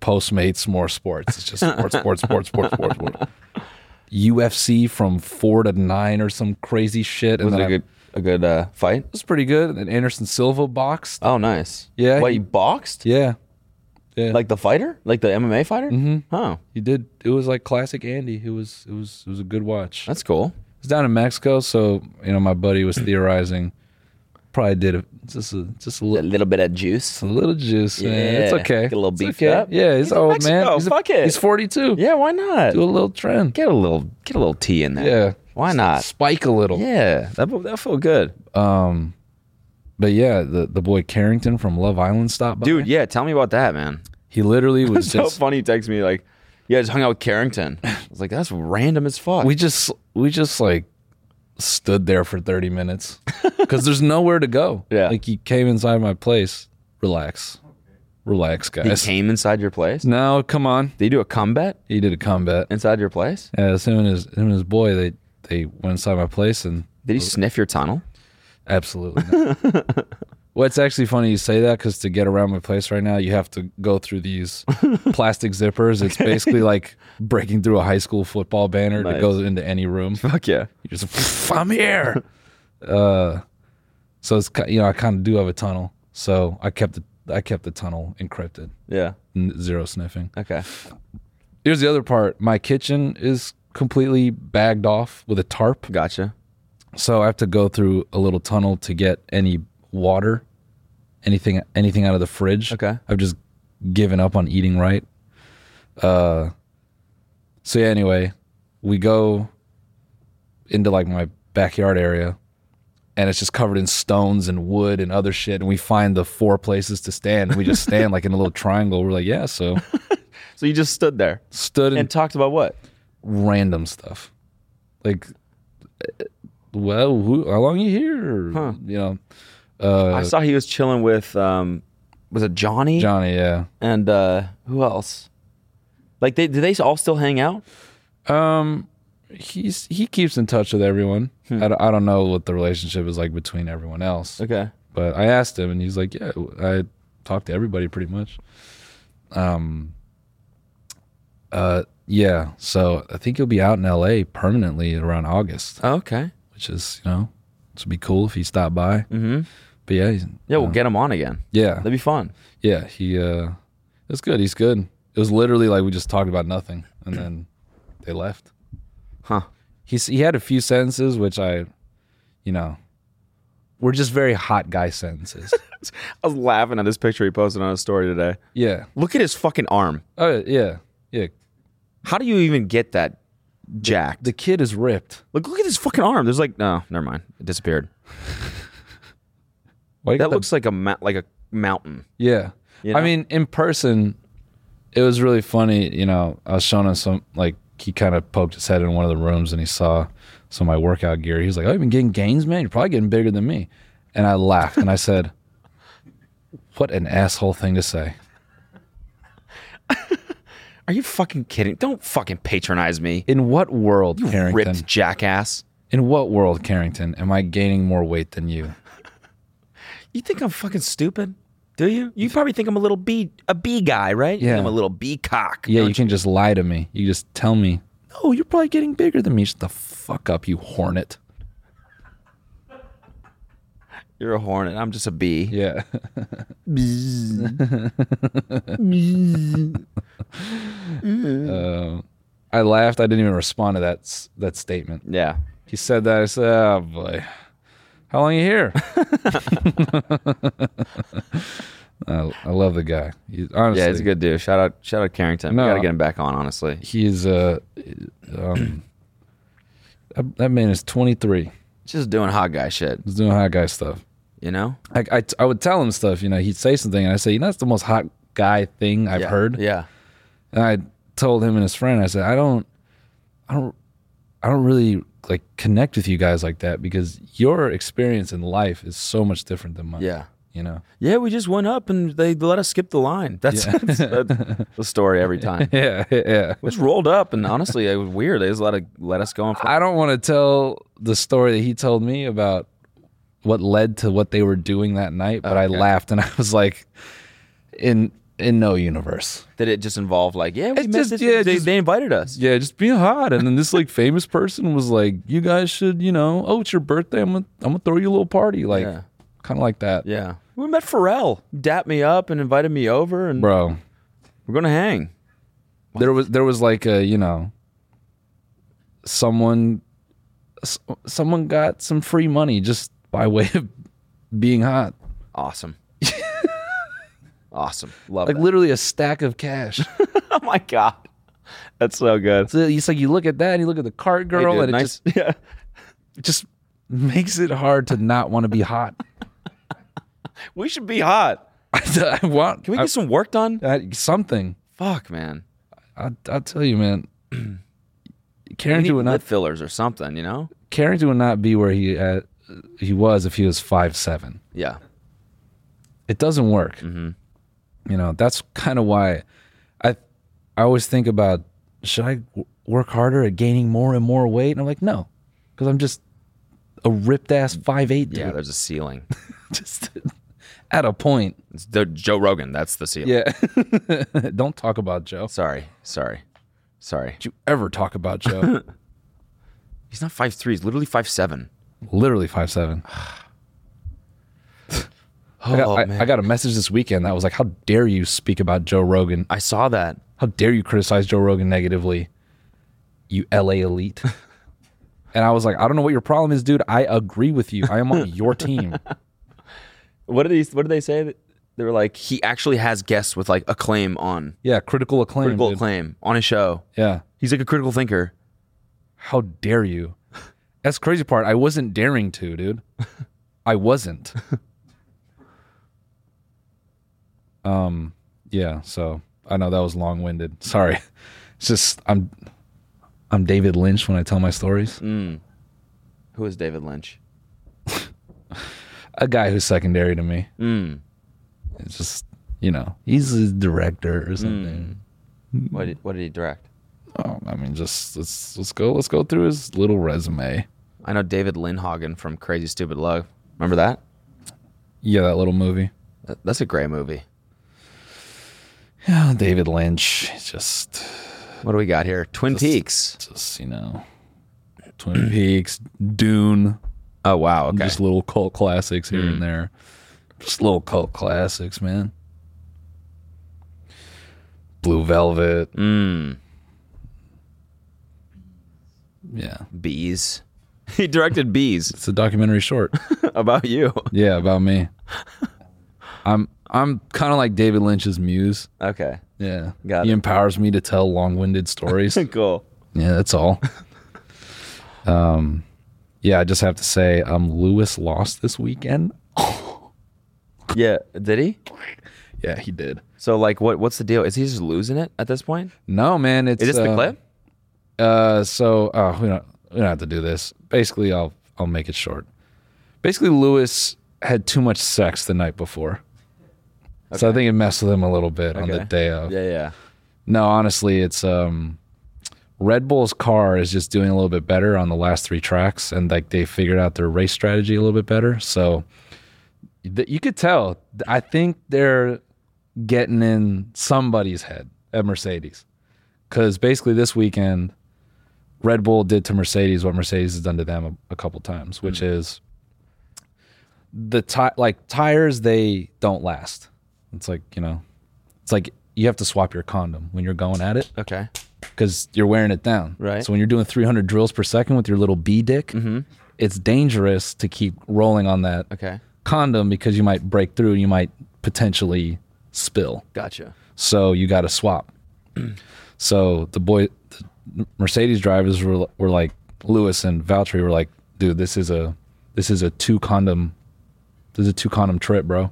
Postmates more sports. It's just sports, sports, sports, sports, sports, sports. UFC from 4 to 9 or some crazy shit Was it a I- good a good uh, fight? It was pretty good. And Anderson Silva boxed. Oh, nice. Yeah. What, he boxed? Yeah. Yeah. Like the fighter? Like the MMA fighter? Mm-hmm. Oh. He did. It was like classic Andy. It was it was it was a good watch. That's cool. It's down in Mexico, so you know my buddy was theorizing. Probably did a, just a just a, little, bit of juice. A little juice. Yeah, it's Yeah. okay. Get a little It's beefed okay. up. Yeah, he's, He's in old man. Mexico. He's a- Fuck it. He's forty two. Yeah, why not? Do a little trend. Get a little get a little tea in there. Yeah. Why not? Spike a little. Yeah. That that felt good. Um, but yeah, the the boy Carrington from Love Island stopped by. Dude, yeah, tell me about that, man. He literally was It's so just funny. He texts me like, "Yeah, I just hung out with Carrington." I was like, "That's random as fuck." we just we just like stood there for 30 minutes because there's nowhere to go yeah like he came inside my place relax relax he guys came inside your place. no come on did he do a combat he did a combat inside your place yeah it's him and his him and his boy they they went inside my place and did he sniff your tunnel absolutely not. well it's actually funny you say that because to get around my place right now you have to go through these plastic zippers it's basically like breaking through a high school football banner Nice. that goes into any room fuck yeah you just I'm here. uh, so it's ki- you know I kind of do have a tunnel, so I kept the I kept the tunnel encrypted. Yeah. N- zero sniffing. Okay. Here's the other part. My kitchen is completely bagged off with a tarp. Gotcha. So I have to go through a little tunnel to get any water, anything anything out of the fridge. Okay. I've just given up on eating right. Uh so yeah, anyway, we go into like my backyard area and it's just covered in stones and wood and other shit and we find the four places to stand and we just stand like in a little triangle. We're like, yeah, so So you just stood there, stood and talked about what? random stuff. Like eh, well, who, how long you here? Huh. You know. Uh I saw he was chilling with um, was it Johnny? Johnny, yeah. And uh, who else? Like, they do they all still hang out? Um, he's he keeps in touch with everyone. I, don't, I don't know what the relationship is like between everyone else. Okay. But I asked him, and he's like, "Yeah, I talk to everybody pretty much." Um. Uh, yeah. So I think he'll be out in L.A. permanently around August. okay. Which is you know, it would be cool if he stopped by. Mm-hmm. But yeah, he's, Uh, Yeah, we'll get him on again. yeah, that'd be fun. Yeah, he uh, it's good. He's good. It was literally like we just talked about nothing, and then they left. Huh. He's he had a few sentences which I, you know, were just very hot guy sentences. I was laughing at this picture he posted on his story today. Yeah. Look at his fucking arm. Oh yeah, yeah. How do you even get that jacked? The, kid is ripped. Look, look at his fucking arm. There's like no, never mind. It disappeared. that looks like a ma- like a mountain. Yeah. You I know? mean, in person, it was really funny. You know, I was showing him some, like, he kind of poked his head in one of the rooms and he saw some of my workout gear. He was like, Oh, you've been getting gains, man? You're probably getting bigger than me. And I laughed and I said, What an asshole thing to say. Are you fucking kidding? Don't fucking patronize me. In what world, Carrington? ripped jackass. In what world, Carrington, am I gaining more weight than you? You think I'm fucking stupid? Do you? You probably think I'm a little bee a bee guy, right? You think Yeah. I'm a little bee cock. Yeah, you can just lie to me. You just tell me, No, you're probably getting bigger than me. Shut the fuck up, you hornet. You're a hornet. I'm just a bee. Yeah. Um, I laughed. I didn't even respond to that s- that statement. Yeah. He said that. I said, "Oh boy, how long you here?" I, I love the guy. He, honestly, yeah, he's a good dude. Shout out, shout out Carrington. No. we gotta get him back on. Honestly, he's uh, um, that- that man is 23. just doing hot guy shit. He's doing hot guy stuff. You know? I, I, I would tell him stuff. You know, he'd say something, and I say, "You know, that's the most hot guy thing I've heard." Yeah. And I told him and his friend, I said, "I don't, I don't, I don't really like connect with you guys like that because your experience in life is so much different than mine." Yeah. you know. Yeah, we just went up and they let us skip the line. That's, Yeah. that's, that's the story every time. Yeah, yeah. Which rolled up and honestly, it was weird. They just let, it, let us go on. I don't want to tell the story that he told me about what led to what they were doing that night, but I Okay. laughed and I was like, in in no universe. Did it just involve like, yeah, we It's met just- this, yeah, they, just- they invited us. Yeah, just being hot. And then this like famous person was like, "You guys should, you know, oh, it's your birthday. I'm gonna, I'm gonna throw you a little party, like, Yeah. kind of like that." Yeah, We met Pharrell, dapped me up and invited me over, and bro, we're gonna hang. There was there was like a you know, someone, s- someone got some free money just by way of being hot. Awesome. awesome, love like that. literally a stack of cash. oh my god, that's so good. So it's like you look at that and you look at the cart girl, dude, and it nice- just yeah, it just makes it hard to not want to be hot. we should be hot. I want. Can we get some work done? something. Fuck, man. I I tell you, man. We Carrington need would not. lip fillers or something, you know? Carrington would not be where he at, he was if he was five seven. Yeah. It doesn't work. Mm-hmm. You know that's kind of why I I always think about should I w- work harder at gaining more and more weight? And I'm like, no, because I'm just a ripped ass five eight dude. Yeah, there's a ceiling. just at a point. It's the Joe Rogan, that's the ceiling. Yeah. Don't talk about Joe. Sorry. Sorry. Sorry. Did you ever talk about Joe? He's not five three, he's literally five seven. Literally five seven. I, got, Oh, I- man. I got a message this weekend that was like, "How dare you speak about Joe Rogan?" I saw that. How dare you criticize Joe Rogan negatively? You LA elite. and I was like, I don't know what your problem is, dude. I agree with you. I am on your team. What did he what did they say? They were like, he actually has guests with like acclaim on Yeah, critical acclaim. critical dude. acclaim on his show. Yeah. He's like a critical thinker. How dare you? That's the crazy part. I wasn't daring to, dude. I wasn't. um, yeah, so I know that was long winded. Sorry. It's just I'm I'm David Lynch when I tell my stories. Mm. Who is David Lynch? A guy who's secondary to me. Mm. It's just you know, he's a director or something. What did, what did he direct? Oh, I mean just let's let's go let's go through his little resume. I know David Lindhagen from Crazy Stupid Love. Remember that? Yeah, that little movie. That- That's a great movie. Yeah, David Lynch. It's just What do we got here? Twin Peaks. Just you know, Twin Peaks, Dune. Oh wow! Okay, Hmm. just little cult classics here and there. Just little cult classics, man. Blue Velvet. Mm. Yeah, Bees. He directed Bees. it's a documentary short. about you. yeah, about me. I'm I'm kind of like David Lynch's muse. Okay. Yeah, Got he it. empowers me to tell long-winded stories. cool. Yeah, that's all. um, yeah, I just have to say, um, Lewis lost this weekend. Yeah. Did he? Yeah, he did. So like, what what's the deal? Is he just losing it at this point? No, man, it's Is this the uh, clip? Uh, so oh, we don't we don't have to do this. Basically, I'll I'll make it short. Basically, Lewis had too much sex the night before, so I think it messed with him a little bit on the Okay. day of. Yeah, yeah. No, honestly, it's um, Red Bull's car is just doing a little bit better on the last three tracks, and like they figured out their race strategy a little bit better. So th- you could tell. I think they're getting in somebody's head at Mercedes, because basically this weekend, Red Bull did to Mercedes what Mercedes has done to them a, a couple times, which is the ti- like tires they don't last. It's like you know, it's like you have to swap your condom when you're going at it Okay. because you're wearing it down. Right. Mm-hmm. So when you're doing 300 drills per second with your little B dick, it's dangerous to keep rolling on that Okay. condom because you might break through. You might potentially spill. Gotcha. So you got to swap. so the boy, the Mercedes drivers were were like Lewis and Valtteri were like, dude, this is a this is a two condom, this is a two condom trip, bro.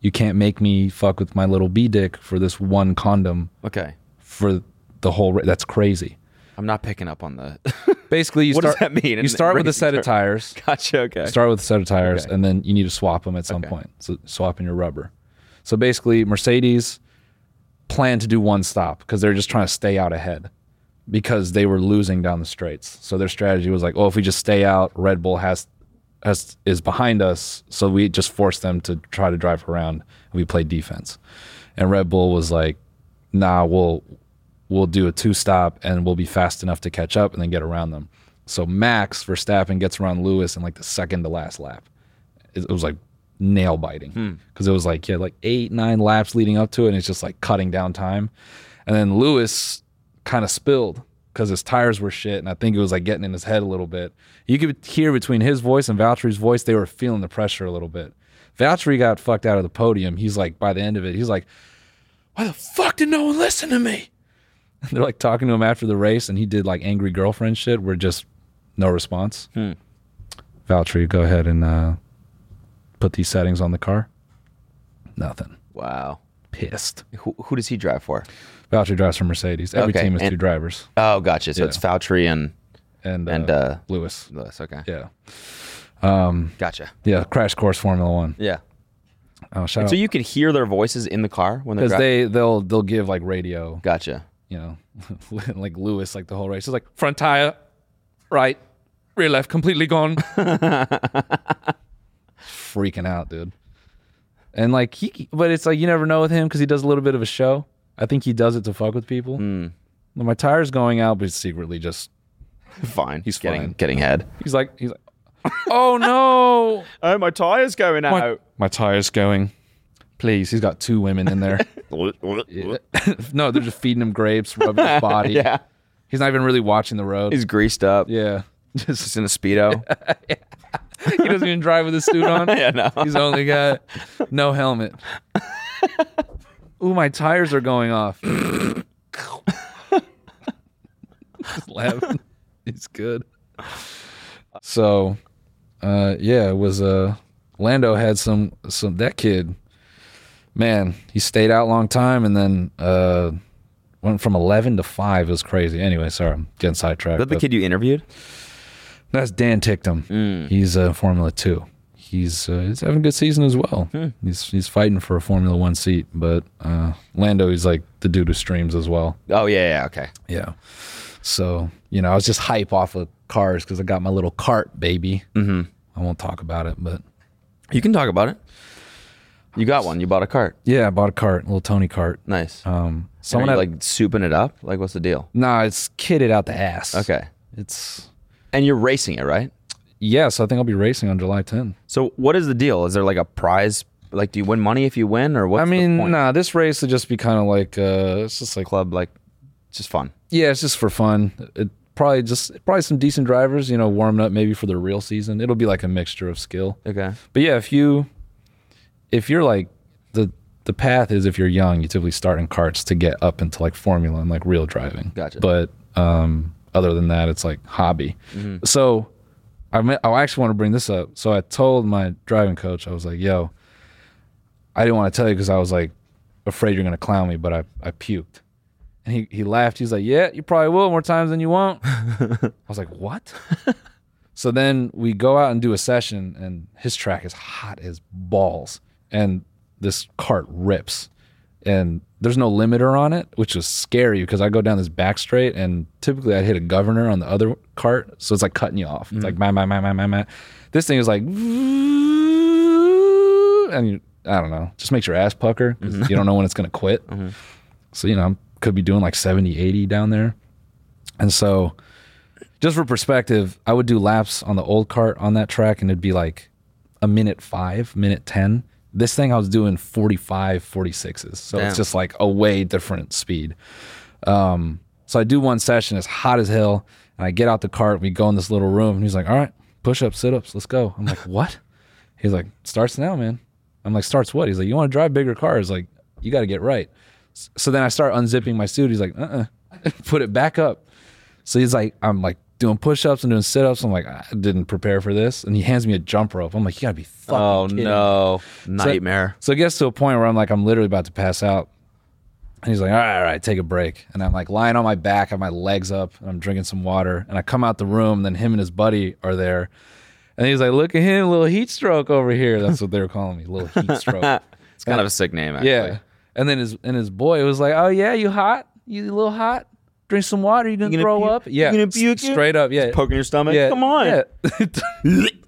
You can't make me fuck with my little B dick for this one condom Okay. for the whole. Ra- That's crazy. I'm not picking up on the Basically, you What does start. that mean? You start with a Racing set of term. tires. Gotcha. Okay. Start with a set of tires, Okay. and then you need to swap them at some point. So swapping your rubber. So basically, Mercedes planned to do one stop because they're just trying to stay out ahead because they were losing down the straights. So their strategy was like, oh, if we just stay out, Red Bull has has is behind us, so we just force them to try to drive around and we play defense. And Red Bull was like, nah, we'll we'll do a two stop and we'll be fast enough to catch up and then get around them. So Max Verstappen gets around Lewis in like the second to last lap. It, it was like nail Hmm. biting because it was like yeah, like eight nine laps leading up to it, and it's just like cutting down time. And then Lewis kind of spilled because his tires were shit, and I think it was like getting in his head a little bit. You could hear between his voice and Valtteri's voice, they were feeling the pressure a little bit. Valtteri got fucked out of the podium. He's like, by the end of it, he's like, why the fuck did no one listen to me? they're like talking to him after the race, and he did like angry girlfriend shit where just no response. Hmm. Valtteri, go ahead and uh, put these settings on the car. Nothing. Wow. Pissed. Who, who does he drive for? Valtteri drives for Mercedes. Every Okay, team has and- two drivers. Oh, gotcha. So Yeah. it's Fauci and and and uh, uh, Lewis. Lewis. Okay. Yeah. Um, Gotcha. Yeah, crash course Formula One. Yeah. Oh, shout And out. so you could hear their voices in the car when they're because driving. they they'll they'll give like radio. Gotcha. You know, like Lewis, like the whole race. It's like front tire, right, rear left, completely gone. Freaking out, dude. And like he, but it's like you never know with him because he does a little bit of a show. I think he does it to fuck with people. Hmm. Well, My tire's going out, but he's secretly just fine. He's getting getting head. He's like he's like, oh no, oh my tire's going My- my tire's going. Please, he's got two women in there. no, they're just feeding him grapes, rubbing his body. Yeah. He's not even really watching the road. He's greased up. Yeah. Just in a speedo. he doesn't even drive with his suit on. Yeah, no. He's only got no helmet. Ooh, my tires are going off. Just laughing. It's good. So, uh, yeah, it was uh, Lando had some some that kid. Man, he stayed out a long time and then uh, went from eleven to five. It was crazy. Anyway, sorry, I'm getting sidetracked. Is that the but- kid you interviewed? that's Dan Tictum. Mm. He's uh, Formula Two. He's uh, he's having a good season as well. Hmm. He's he's fighting for a Formula One seat, but uh, Lando he's like the dude who streams as well. Oh yeah, yeah, okay. Yeah. So you know, I was just hype off of cars because I got my little cart, baby. Mm-hmm. I won't talk about it, but you can talk about it. You got one. You bought a cart. Yeah, I bought a cart, a little Tony cart. Nice. Um, someone Someone had, like souping it up. Like what's the deal? nah, it's kitted out the ass. Okay. It's and you're racing it, right? Yeah, so I think I'll be racing on July 10. So what is the deal? Is there like a prize? Like, do you win money if you win, or what's I mean, the point? nah, this race would just be kind of like uh, it's just like club, like just fun. Yeah, it's just for fun. It probably just probably some decent drivers, you know, warming up maybe for the real season. It'll be like a mixture of skill. Okay. But yeah, if you if you're like the the path is if you're young, you typically start in carts to get up into like formula and like real driving. Gotcha. But um other than that, it's like hobby. Mhm. So I mean, I actually want to bring this up. So I told my driving coach, I was like, "Yo, I didn't want to tell you because I was like afraid you're gonna clown me, but I, I puked. And he, he laughed. He's like, Yeah, you probably will more times than you won't. I was like, What? so then we go out and do a session, and his track is hot as balls. And this cart rips. And there's no limiter on it, which was scary because I go down this back straight and typically I'd hit a governor on the other cart. So it's like cutting you off. It's like, my, my, my, my, my, my. This thing is like, and you, I don't know, just makes your ass pucker. 'cause You don't know when it's going to quit. So, you know, I could be doing like 70, 80 down there. And so, just for perspective, I would do laps on the old cart on that track and it'd be like a minute five, minute 10. This thing I was doing 45, 46s. So Damn. it's just like a way different speed. Um, so I do one session, it's hot as hell. And I get out the cart, we go in this little room, and he's like, All right, push ups, sit ups, let's go. I'm like, What? He's like, starts now, man. I'm like, starts what? He's like, you want to drive bigger cars? Like, you got to get right. S- So then I start unzipping my suit. He's like, uh uh put it back up. So he's like, I'm like doing push ups and doing sit ups. I'm like, I didn't prepare for this. And he hands me a jump rope. I'm like, you got to be fucking Oh kidding me." no, So- nightmare. So, it gets to a point where I'm like, I'm literally about to pass out. And he's like, all right, all right, take a break. And I'm like lying on my back, I have my legs up, and I'm drinking some water. And I come out the room, and then him and his buddy are there. And he's like, look at him, little heat stroke over here. That's what they were calling me, little heat stroke. It's kind And- of a sick name, Yeah. actually. And then his and his boy was like, oh yeah, you hot? You a little hot? Drink some water. You gonna, throw up? Yeah. You gonna S- puke it? Straight up. Yeah. poking your stomach? Yeah, Come on. yeah.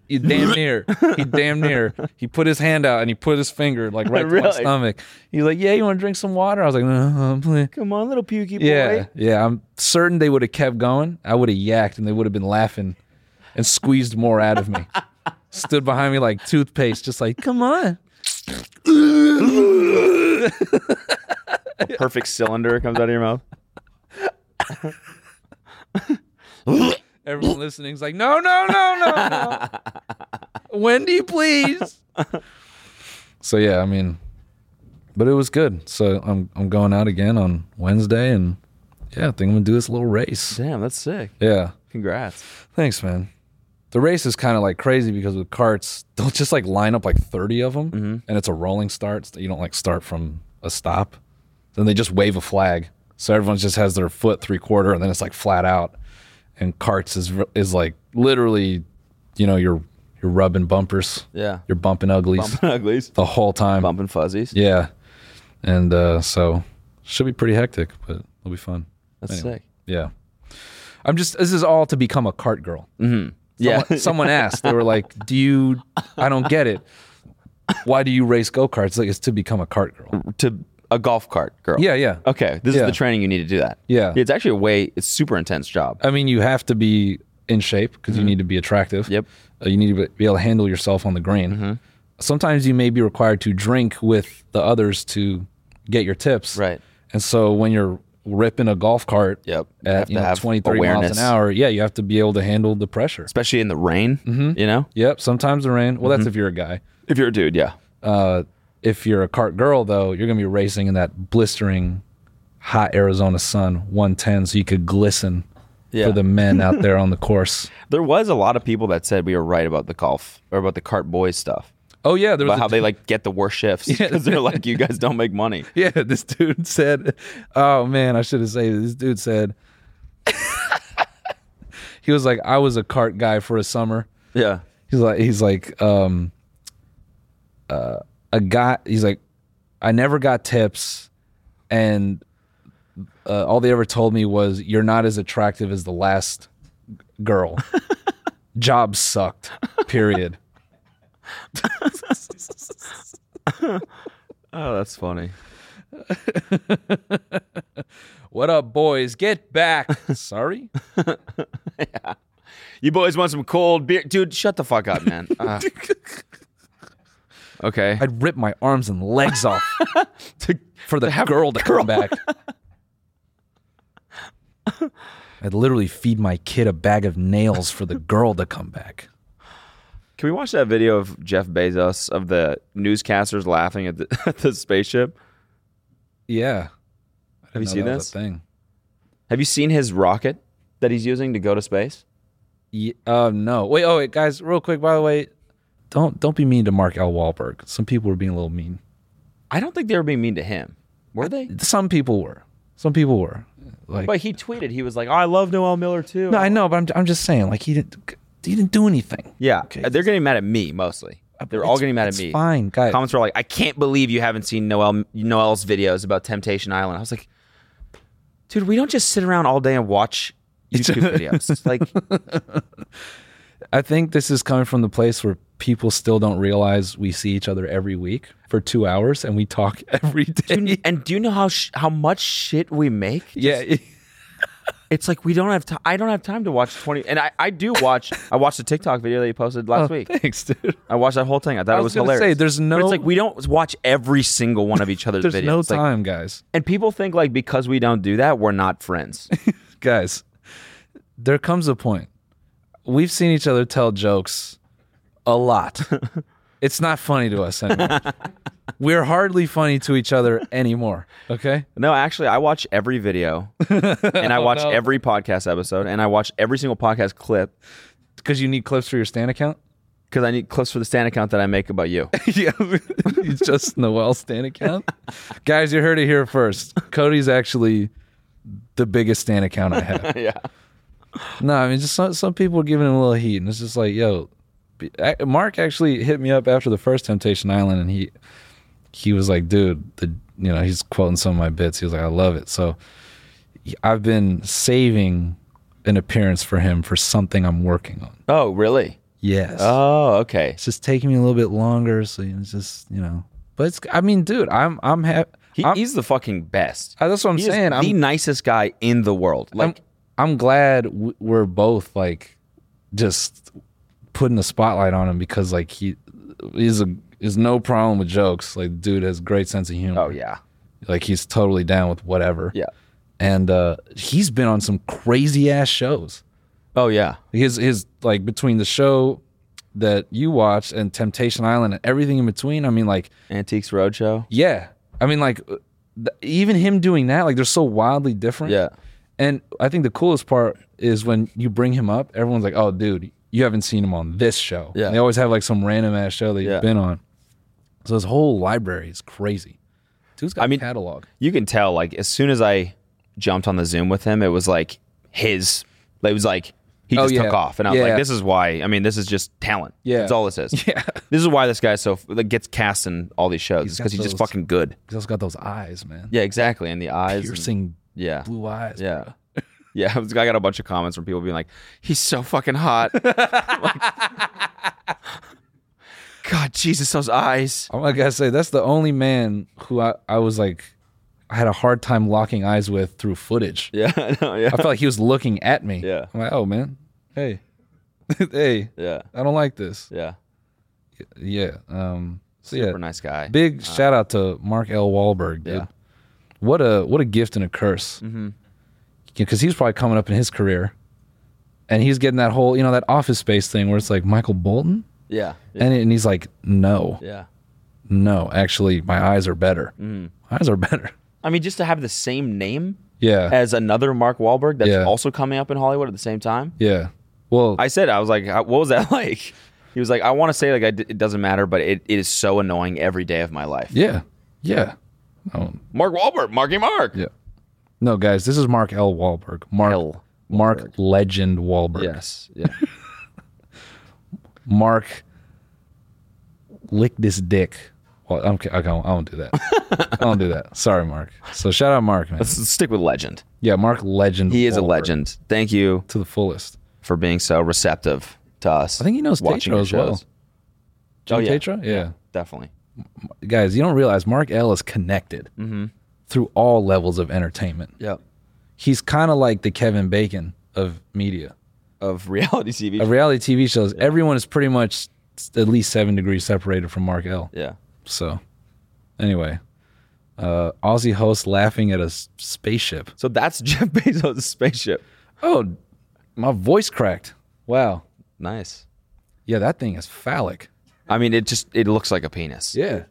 you damn near. He damn near. He put his hand out and he put his finger like right to my Really? stomach. He's like, "Yeah, you want to drink some water?" I was like, "No, I'm playing." Come on, little pukey Yeah, boy. yeah. I'm certain they would have kept going. I would have yacked and they would have been laughing and squeezed more out of me. Stood behind me like toothpaste, just like, "Come on." A perfect cylinder comes out of your mouth. Everyone listening is like, "No, no, no, no, no." Wendy, please. So yeah, I mean, but it was good. So I'm I'm going out again on Wednesday, and yeah, I think I'm gonna do this little race. Damn, that's sick. Yeah, Congrats. thanks, man. The race is kind of like crazy because with carts, they'll just like line up like 30 of them, and it's a rolling start. So you don't like start from a stop. Then they just wave a flag, so everyone just has their foot three quarter, and then it's like flat out. And carts is is like literally, you know, you're you're rubbing bumpers. Yeah. you're bumping uglies Bumping uglies. the whole time. Bumping fuzzies. Yeah. And uh, so should be pretty hectic, but it'll be fun. That's sick. Yeah. I'm just this is all to become a cart girl. Mm-hmm. Yeah. Someone, someone asked, they were like, Do you I don't get it. Why do you race go karts? Like it's to become a cart girl. To a golf cart girl. Yeah, yeah. Okay. This Yeah. is the training you need to do that. Yeah. It's actually a way, it's super intense job. I mean, you have to be in shape because Mm-hmm. you need to be attractive. Yep. Uh, you need to be able to handle yourself on the green. Mm-hmm. Sometimes you may be required to drink with the others to get your tips. Right. And so when you're ripping a golf cart yep. have at to you know, have 20, 30 miles awareness. an hour, yeah, you have to be able to handle the pressure. Especially in the rain, Mhm. you know? Yep. Sometimes the rain. Well, Mm-hmm. that's if you're a guy. If you're a dude, yeah. Uh, if you're a cart girl, though, you're going to be racing in that blistering, hot Arizona sun, 110, so you could glisten Yeah. for the men out there on the course. There was a lot of people that said we were right about the golf or about the cart boys stuff. Oh yeah, there was about a how they dude- like get the worst shifts because they're like, you guys don't make money. Yeah, this dude said, "Oh man, I should have saved it." This dude said, "He was like, I was a cart guy for a summer." Yeah. He's like, he's like, um, uh, a guy. He's like, I never got tips, and uh, all they ever told me was, "You're not as attractive as the last g- girl." Job sucked. Period. Oh, that's funny. what up, boys? Get back. Sorry. You boys want some cold beer? Dude, shut the fuck up, man. Ah. okay. I'd rip my arms and legs off for the girl to come back. I'd literally feed my kid a bag of nails for the girl to come back. Can we watch that video of Jeff Bezos of the newscasters laughing at the, at the spaceship? Yeah. I Have you didn't know seen that this? was a thing. Have you seen his rocket that he's using to go to space? Yeah, uh, no. Wait, oh wait, guys, real quick, by the way, don't don't be mean to Mark L. Wahlberg. Some people were being a little mean. I don't think they were being mean to him. Were they? Some people were. Some people were. Like but he tweeted, he was like, "Oh, I love Noel Miller too. No, I know, but I'm I'm just saying, like he didn't he didn't do anything. Yeah, they're getting mad at me mostly. They're all Uh, it's- getting mad at it's me. fine, guys. Comments were like, "I can't believe you haven't seen Noel Noel's videos about Temptation Island." I was like, "Dude, we don't just sit around all day and watch YouTube videos. Like, I think this is coming from the place where people still don't realize we see each other every week for two hours and we talk every day. do you, and do you know how sh- how much shit we make? Yeah, it's like we don't have time. I don't have time to watch twenty. And I, I do watch. I watched the TikTok video that you posted last Oh, week. Thanks, dude. I watched that whole thing. I thought I it was was gonna hilarious. say, there's But no- it's like we don't watch every single one of each other's There's videos. no It's like- time, guys. and people think like because we don't do that, we're not friends. Guys, there comes a point. We've seen each other tell jokes a lot. it's not funny to us anymore. We're hardly funny to each other anymore. Okay? No, actually, I watch every video and I Oh, watch no. every podcast episode and I watch every single podcast clip. Because you need clips for your stand account? because I need clips for the stand account that I make about you. yeah, it's just Noel Stan account. Guys, you heard it here first. Cody's actually the biggest Stan account I have. yeah. No, I mean, just some, some people are giving him a little heat, and it's just like, yo, be- a- Mark actually hit me up after the first Temptation Island, and he he was like, dude, the you know, he's quoting some of my bits. He was like, I love it. So I've been saving an appearance for him for something I'm working on. Oh, really? Yes. Oh, okay. It's just taking me a little bit longer, so it's just you know. But it's, I mean, dude, I'm, I'm happy. he's the fucking best. that's what I'm He is saying. the I'm nicest guy in the world. Like, I'm, I'm glad w- we're both like just putting the spotlight on him because like he is a is no problem with jokes. Like, dude has great sense of humor. Oh yeah, like he's totally down with whatever. Yeah, and uh, he's been on some crazy ass shows. Oh yeah, his his like between the show that you watched and Temptation Island and everything in between. I mean, like Antiques Roadshow. Yeah, I mean, like uh, th- even him doing that, like they're so wildly different. Yeah. and I think the coolest part is when you bring him up, everyone's like, "Oh, dude, you haven't seen him on this show." Yeah. they always have like some random ass show that Yeah. you've been on. So his whole library is crazy. Dude's got I mean, a catalog. you can tell like as soon as I jumped on the Zoom with him, it was like his. It was like he Oh, just yeah. took off, and I was Yeah. like, "This is why." I mean, this is just talent. Yeah. that's all this is. Yeah, this is why this guy so like, gets cast in all these shows because got he's, just those- fucking good. He's also got those eyes, man. Yeah, exactly. And the eyes, and- Piercing yeah, blue eyes. yeah. Yeah, I was- I got a bunch of comments from people being like, "He's so fucking hot." Like, God, Jesus, those eyes. I'm like I say, that's the only man who I, I was like, I had a hard time locking eyes with through footage. Yeah, I know. Yeah, I felt like he was looking at me. Yeah. I'm like, oh man, hey, hey, yeah, I don't like this. Yeah, yeah. Um, so yeah, Super nice guy. Big Uh, shout out to Mark L. Wahlberg, dude. Yeah. What a what a gift and a curse. Mhm. Because he's probably coming up in his career, and he's getting that whole you know that Office Space thing where it's like Michael Bolton. Yeah, And and he's like, no, yeah. no, actually, my eyes are better. Mm. My eyes are better. I mean, just to have the same name Yeah. as another Mark Wahlberg that's Yeah. also coming up in Hollywood at the same time. Yeah. Well, I said, I was like, "How- what was that like? He was like, I want to say like I d- it doesn't matter, but it, it is so annoying every day of my life. yeah, yeah. No, Mark Wahlberg, Marky Mark. Yeah. no, guys, this is Mark L. Wahlberg. Mark Mark Legend Wahlberg. Yes. Yeah. Mark lick this dick. Well, I'm, ki- I don't, I don't do that. I don't do that. Sorry, Mark. So shout out Mark, man. Let's stick with legend. Yeah, Mark Legend. He is a Wahlberg. legend. Thank you to the fullest for being so receptive to us. I think he knows Tetra as well. Jim Tetra? Yeah. Oh, definitely. Guys, you don't realize Mark L is connected Mhm. through all levels of entertainment. Yeah. He's kind of like the Kevin Bacon of media. Of reality TV. Of reality TV shows, everyone is pretty much s- at least seven degrees separated from Mark L. Yeah. So, anyway, uh, Aussie host laughing at a s- spaceship. So that's Jeff Bezos' spaceship. Oh, my voice cracked. Wow. Nice. Yeah, that thing is phallic. I mean, it just it looks like a penis. Yeah.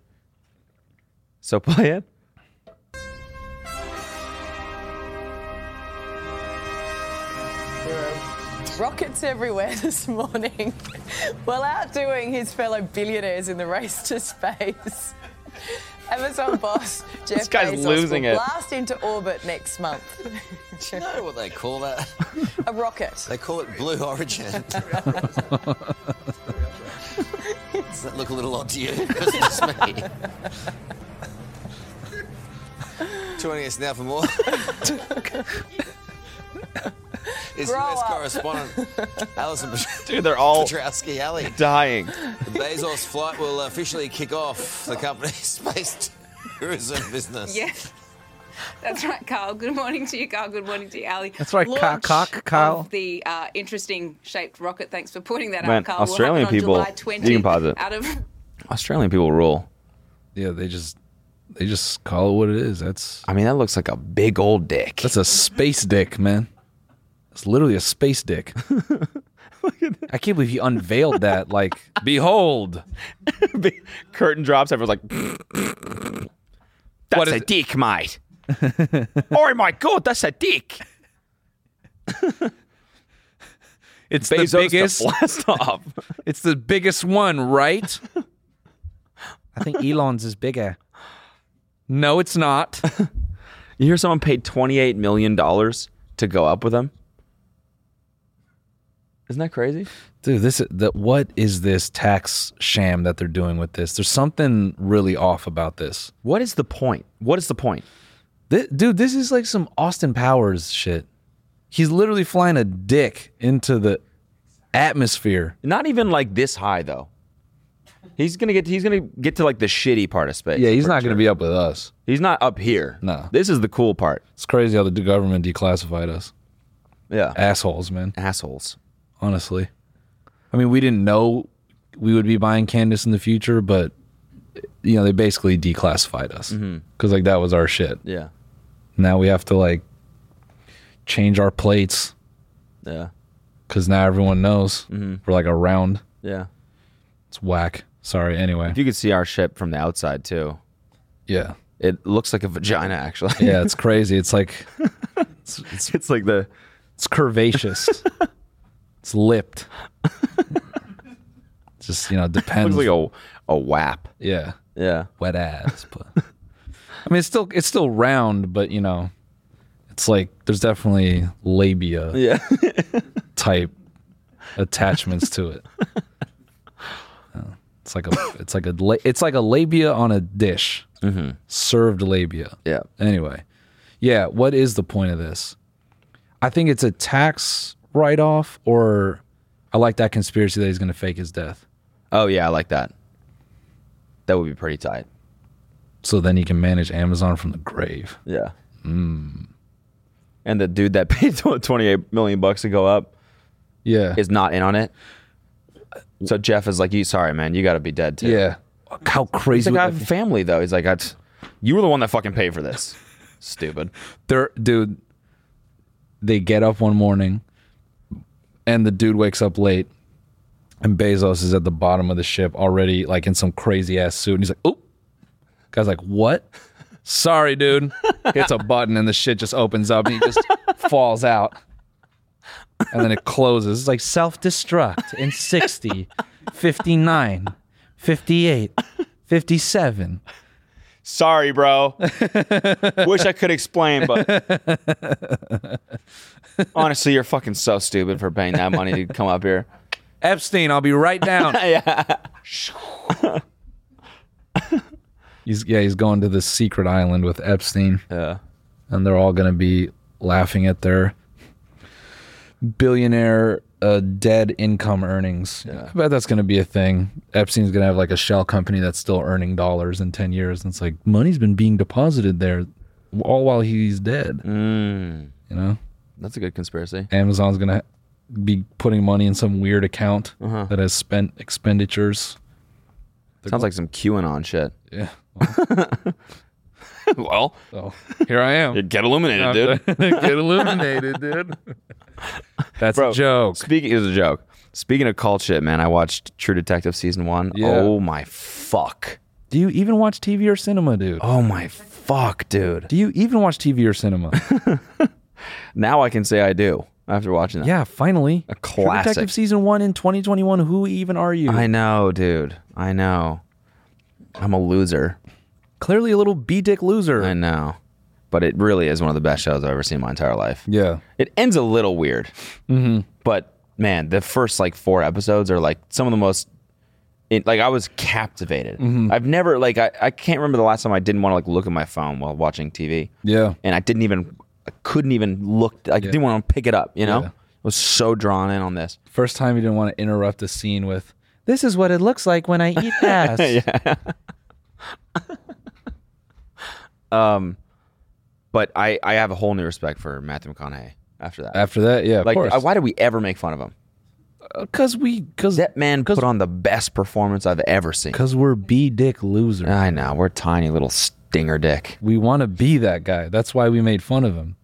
So play it. Rockets everywhere this morning, while outdoing his fellow billionaires in the race to space. Amazon boss Jeff guy's Bezos losing will it. blast into orbit next month. Do you know what they call that? A rocket. They call it Blue Origin. Does that look a little odd to you? Because it's me. Joining us now for more is Grow US up. correspondent Alison Petr- Dude, they're all Petrowski Alley. dying. The Bezos flight will officially kick off the company's space tourism business. Yes. That's right, Carl. Good morning to you, Carl. Good morning to you, Ali. That's right, Ca- Launch cock, Carl. Of the uh, interesting shaped rocket. Thanks for pointing that Man, out, Carl. We'll have it Australian on people- July you 20 can pause it. Out of Australian people rule. Yeah, they just they just call it what it is. That's I mean, that looks like a big old dick. That's a space dick, man. It's literally a space dick. I can't believe he unveiled that. Like, behold, curtain drops. Everyone's like, "That's a dick, mate." oh my god, that's a dick. It's Bezos to the biggest blast off. it's the biggest one, right? I think Elon's is bigger. No, it's not. You hear someone paid $28 million to go up with him? Isn't that crazy? Dude, this that what is this tax sham that they're doing with this? There's something really off about this. What is the point? What is the point? dude, this is like some Austin Powers shit. He's literally flying a dick into the atmosphere. Not even like this high though. He's gonna get he's gonna get to like the shitty part of space. Yeah, he's for not sure. going to be up with us. He's not up here. No. This is the cool part. It's crazy how the government declassified us. Yeah. Assholes, man. Assholes. Honestly. I mean, we didn't know we would be buying Candace in the future, but you know, they basically declassified us because Mhm. like that was our shit. Yeah. Now we have to like change our plates Yeah. because now everyone knows Mm-hmm. we're like around. Yeah. It's whack. Sorry. Anyway. If you could see our ship from the outside too. Yeah. It looks like a vagina actually. Yeah, it's crazy. It's like it's, it's, like the it's curvaceous. it's lipped. Just you know, depends. Looks like a a wap. Yeah. Yeah. Wet ass. But I mean, it's still it's still round, but you know, it's like there's definitely labia Yeah. type attachments to it. Uh, It's like a it's like a la- it's like a labia on a dish, served labia. Yeah. Anyway, yeah. What is the point of this? I think it's a tax write off, or I like that conspiracy that he's going to fake his death, Oh yeah, I like that. That would be pretty tight. so then he can manage Amazon from the grave. Yeah. Mm. And the dude that paid tw- 28 million bucks to go up Yeah. is not in on it. So Jeff is like, "You sorry, man, you got to be dead too." Yeah. How He's crazy like, would "I that have family though." He's like, I t- "You were the one that fucking paid for this." Stupid. They're, dude, they get up one morning and the dude wakes up late and Bezos is at the bottom of the ship already, like in some crazy ass suit. And he's like, oop. Guy's like, what? Sorry, dude. Hits a button and the shit just opens up and he just falls out. And then it closes. It's like self destruct in 60, 59, 58, 57. Sorry, bro. Wish I could explain, but honestly, you're fucking so stupid for paying that money to come up here. Epstein, I'll be right down. yeah. He's yeah, he's going to this secret island with Epstein. Yeah. And they're all gonna be laughing at their billionaire uh, dead income earnings. I bet that's gonna be a thing. Epstein's gonna have like a shell company that's still earning dollars in ten years, and it's like money's been being deposited there all while he's dead. Mm. You know? That's a good conspiracy. Amazon's gonna be putting money in some weird account Uh-huh. that has spent expenditures. Sounds like some QAnon shit. Yeah. well, Oh, here I am. get illuminated, dude. Get illuminated, dude. That's Bro, a joke. Speaking is a joke. Speaking of cult shit, man, I watched True Detective season one. Yeah. Oh my fuck. Do you even watch TV or cinema, dude? Oh my fuck, dude. Do you even watch TV or cinema? Now I can say I do after watching that. yeah, finally. A classic. Detective season one in 2021. Who even are you? I know, dude. I know. I'm a loser. Clearly a little b dick loser. I know. But it really is one of the best shows I've ever seen in my entire life. yeah. It ends a little weird. Mm-hmm. but man, the first like four episodes are like some of the most. It, like I was captivated. Mm-hmm. I've never like I, I can't remember the last time I didn't want to like look at my phone while watching TV, Yeah. and I didn't even I couldn't even look. I didn't want to pick it up. You know, Yeah. I was so drawn in on this. First time you didn't want to interrupt a scene with, this is what it looks like when I eat ass. Um, but I I have a whole new respect for Matthew McConaughey after that. After that, yeah, of like course. I- why do we ever make fun of him? Because we, because That man put on the best performance I've ever seen. because we're b dick losers. I know we're tiny little stinger dick. we want to be that guy. That's why we made fun of him.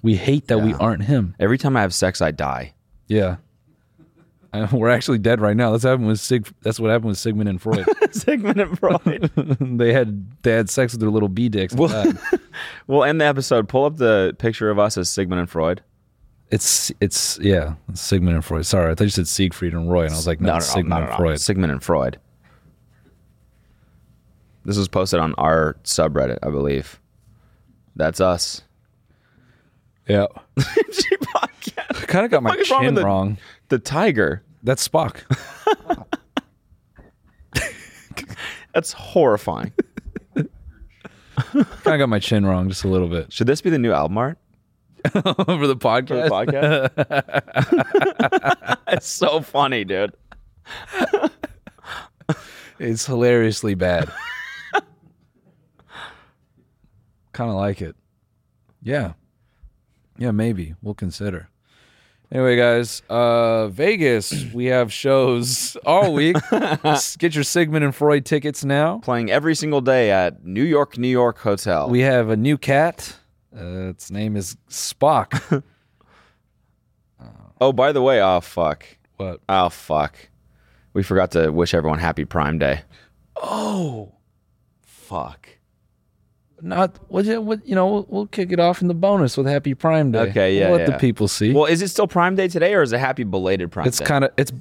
We hate that we Yeah. aren't him. Every time I have sex, I die. Yeah. Uh, We're actually dead right now. That's happened with Sig. That's what happened with Sigmund and Freud. Sigmund and Freud. they had they had sex with their little bee dicks. and Well- died. we'll end the episode. Pull up the picture of us as Sigmund and Freud. It's it's yeah, it's Sigmund and Freud. Sorry, I thought you said Siegfried and Roy, and I was like, no, No, it's no, no, Sigmund no, and no, no. Freud. Sigmund and Freud. This was posted on our subreddit, I believe. That's us. Yeah. kind of got my chin wrong, The tiger. That's Spock. That's horrifying. kind of got my chin wrong just a little bit. Should this be the new album art for the podcast? for the podcast? it's so funny, dude. It's hilariously bad. kind of like it. Yeah. Yeah, maybe. We'll consider. Anyway, guys, uh Vegas, we have shows all week. S- Get your Sigmund and Freud tickets now. Playing every single day at New York, New York Hotel. We have a new cat. Uh, its name is Spock. oh, by the way, oh fuck. What? Oh fuck. We forgot to wish everyone happy Prime Day. oh. Fuck. Not what, you- what you know, we'll, we'll kick it off in the bonus with Happy Prime Day. Okay, yeah. We'll let yeah. the people see. Well, is it still Prime Day today, or is it Happy belated Prime it's Day? kind of it's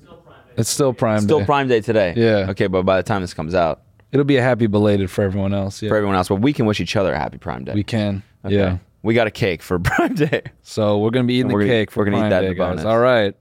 it's still Prime still Day. Prime Day today. Yeah. Okay, but by the time this comes out, It'll be a happy belated for everyone else. Yeah. for everyone else, but we can wish each other a Happy Prime Day. We can. Yeah. We got a cake for Prime Day. So we're gonna be eating We're the gonna- cake for we're gonna eat Prime that in Day, the guys. bonus. All right.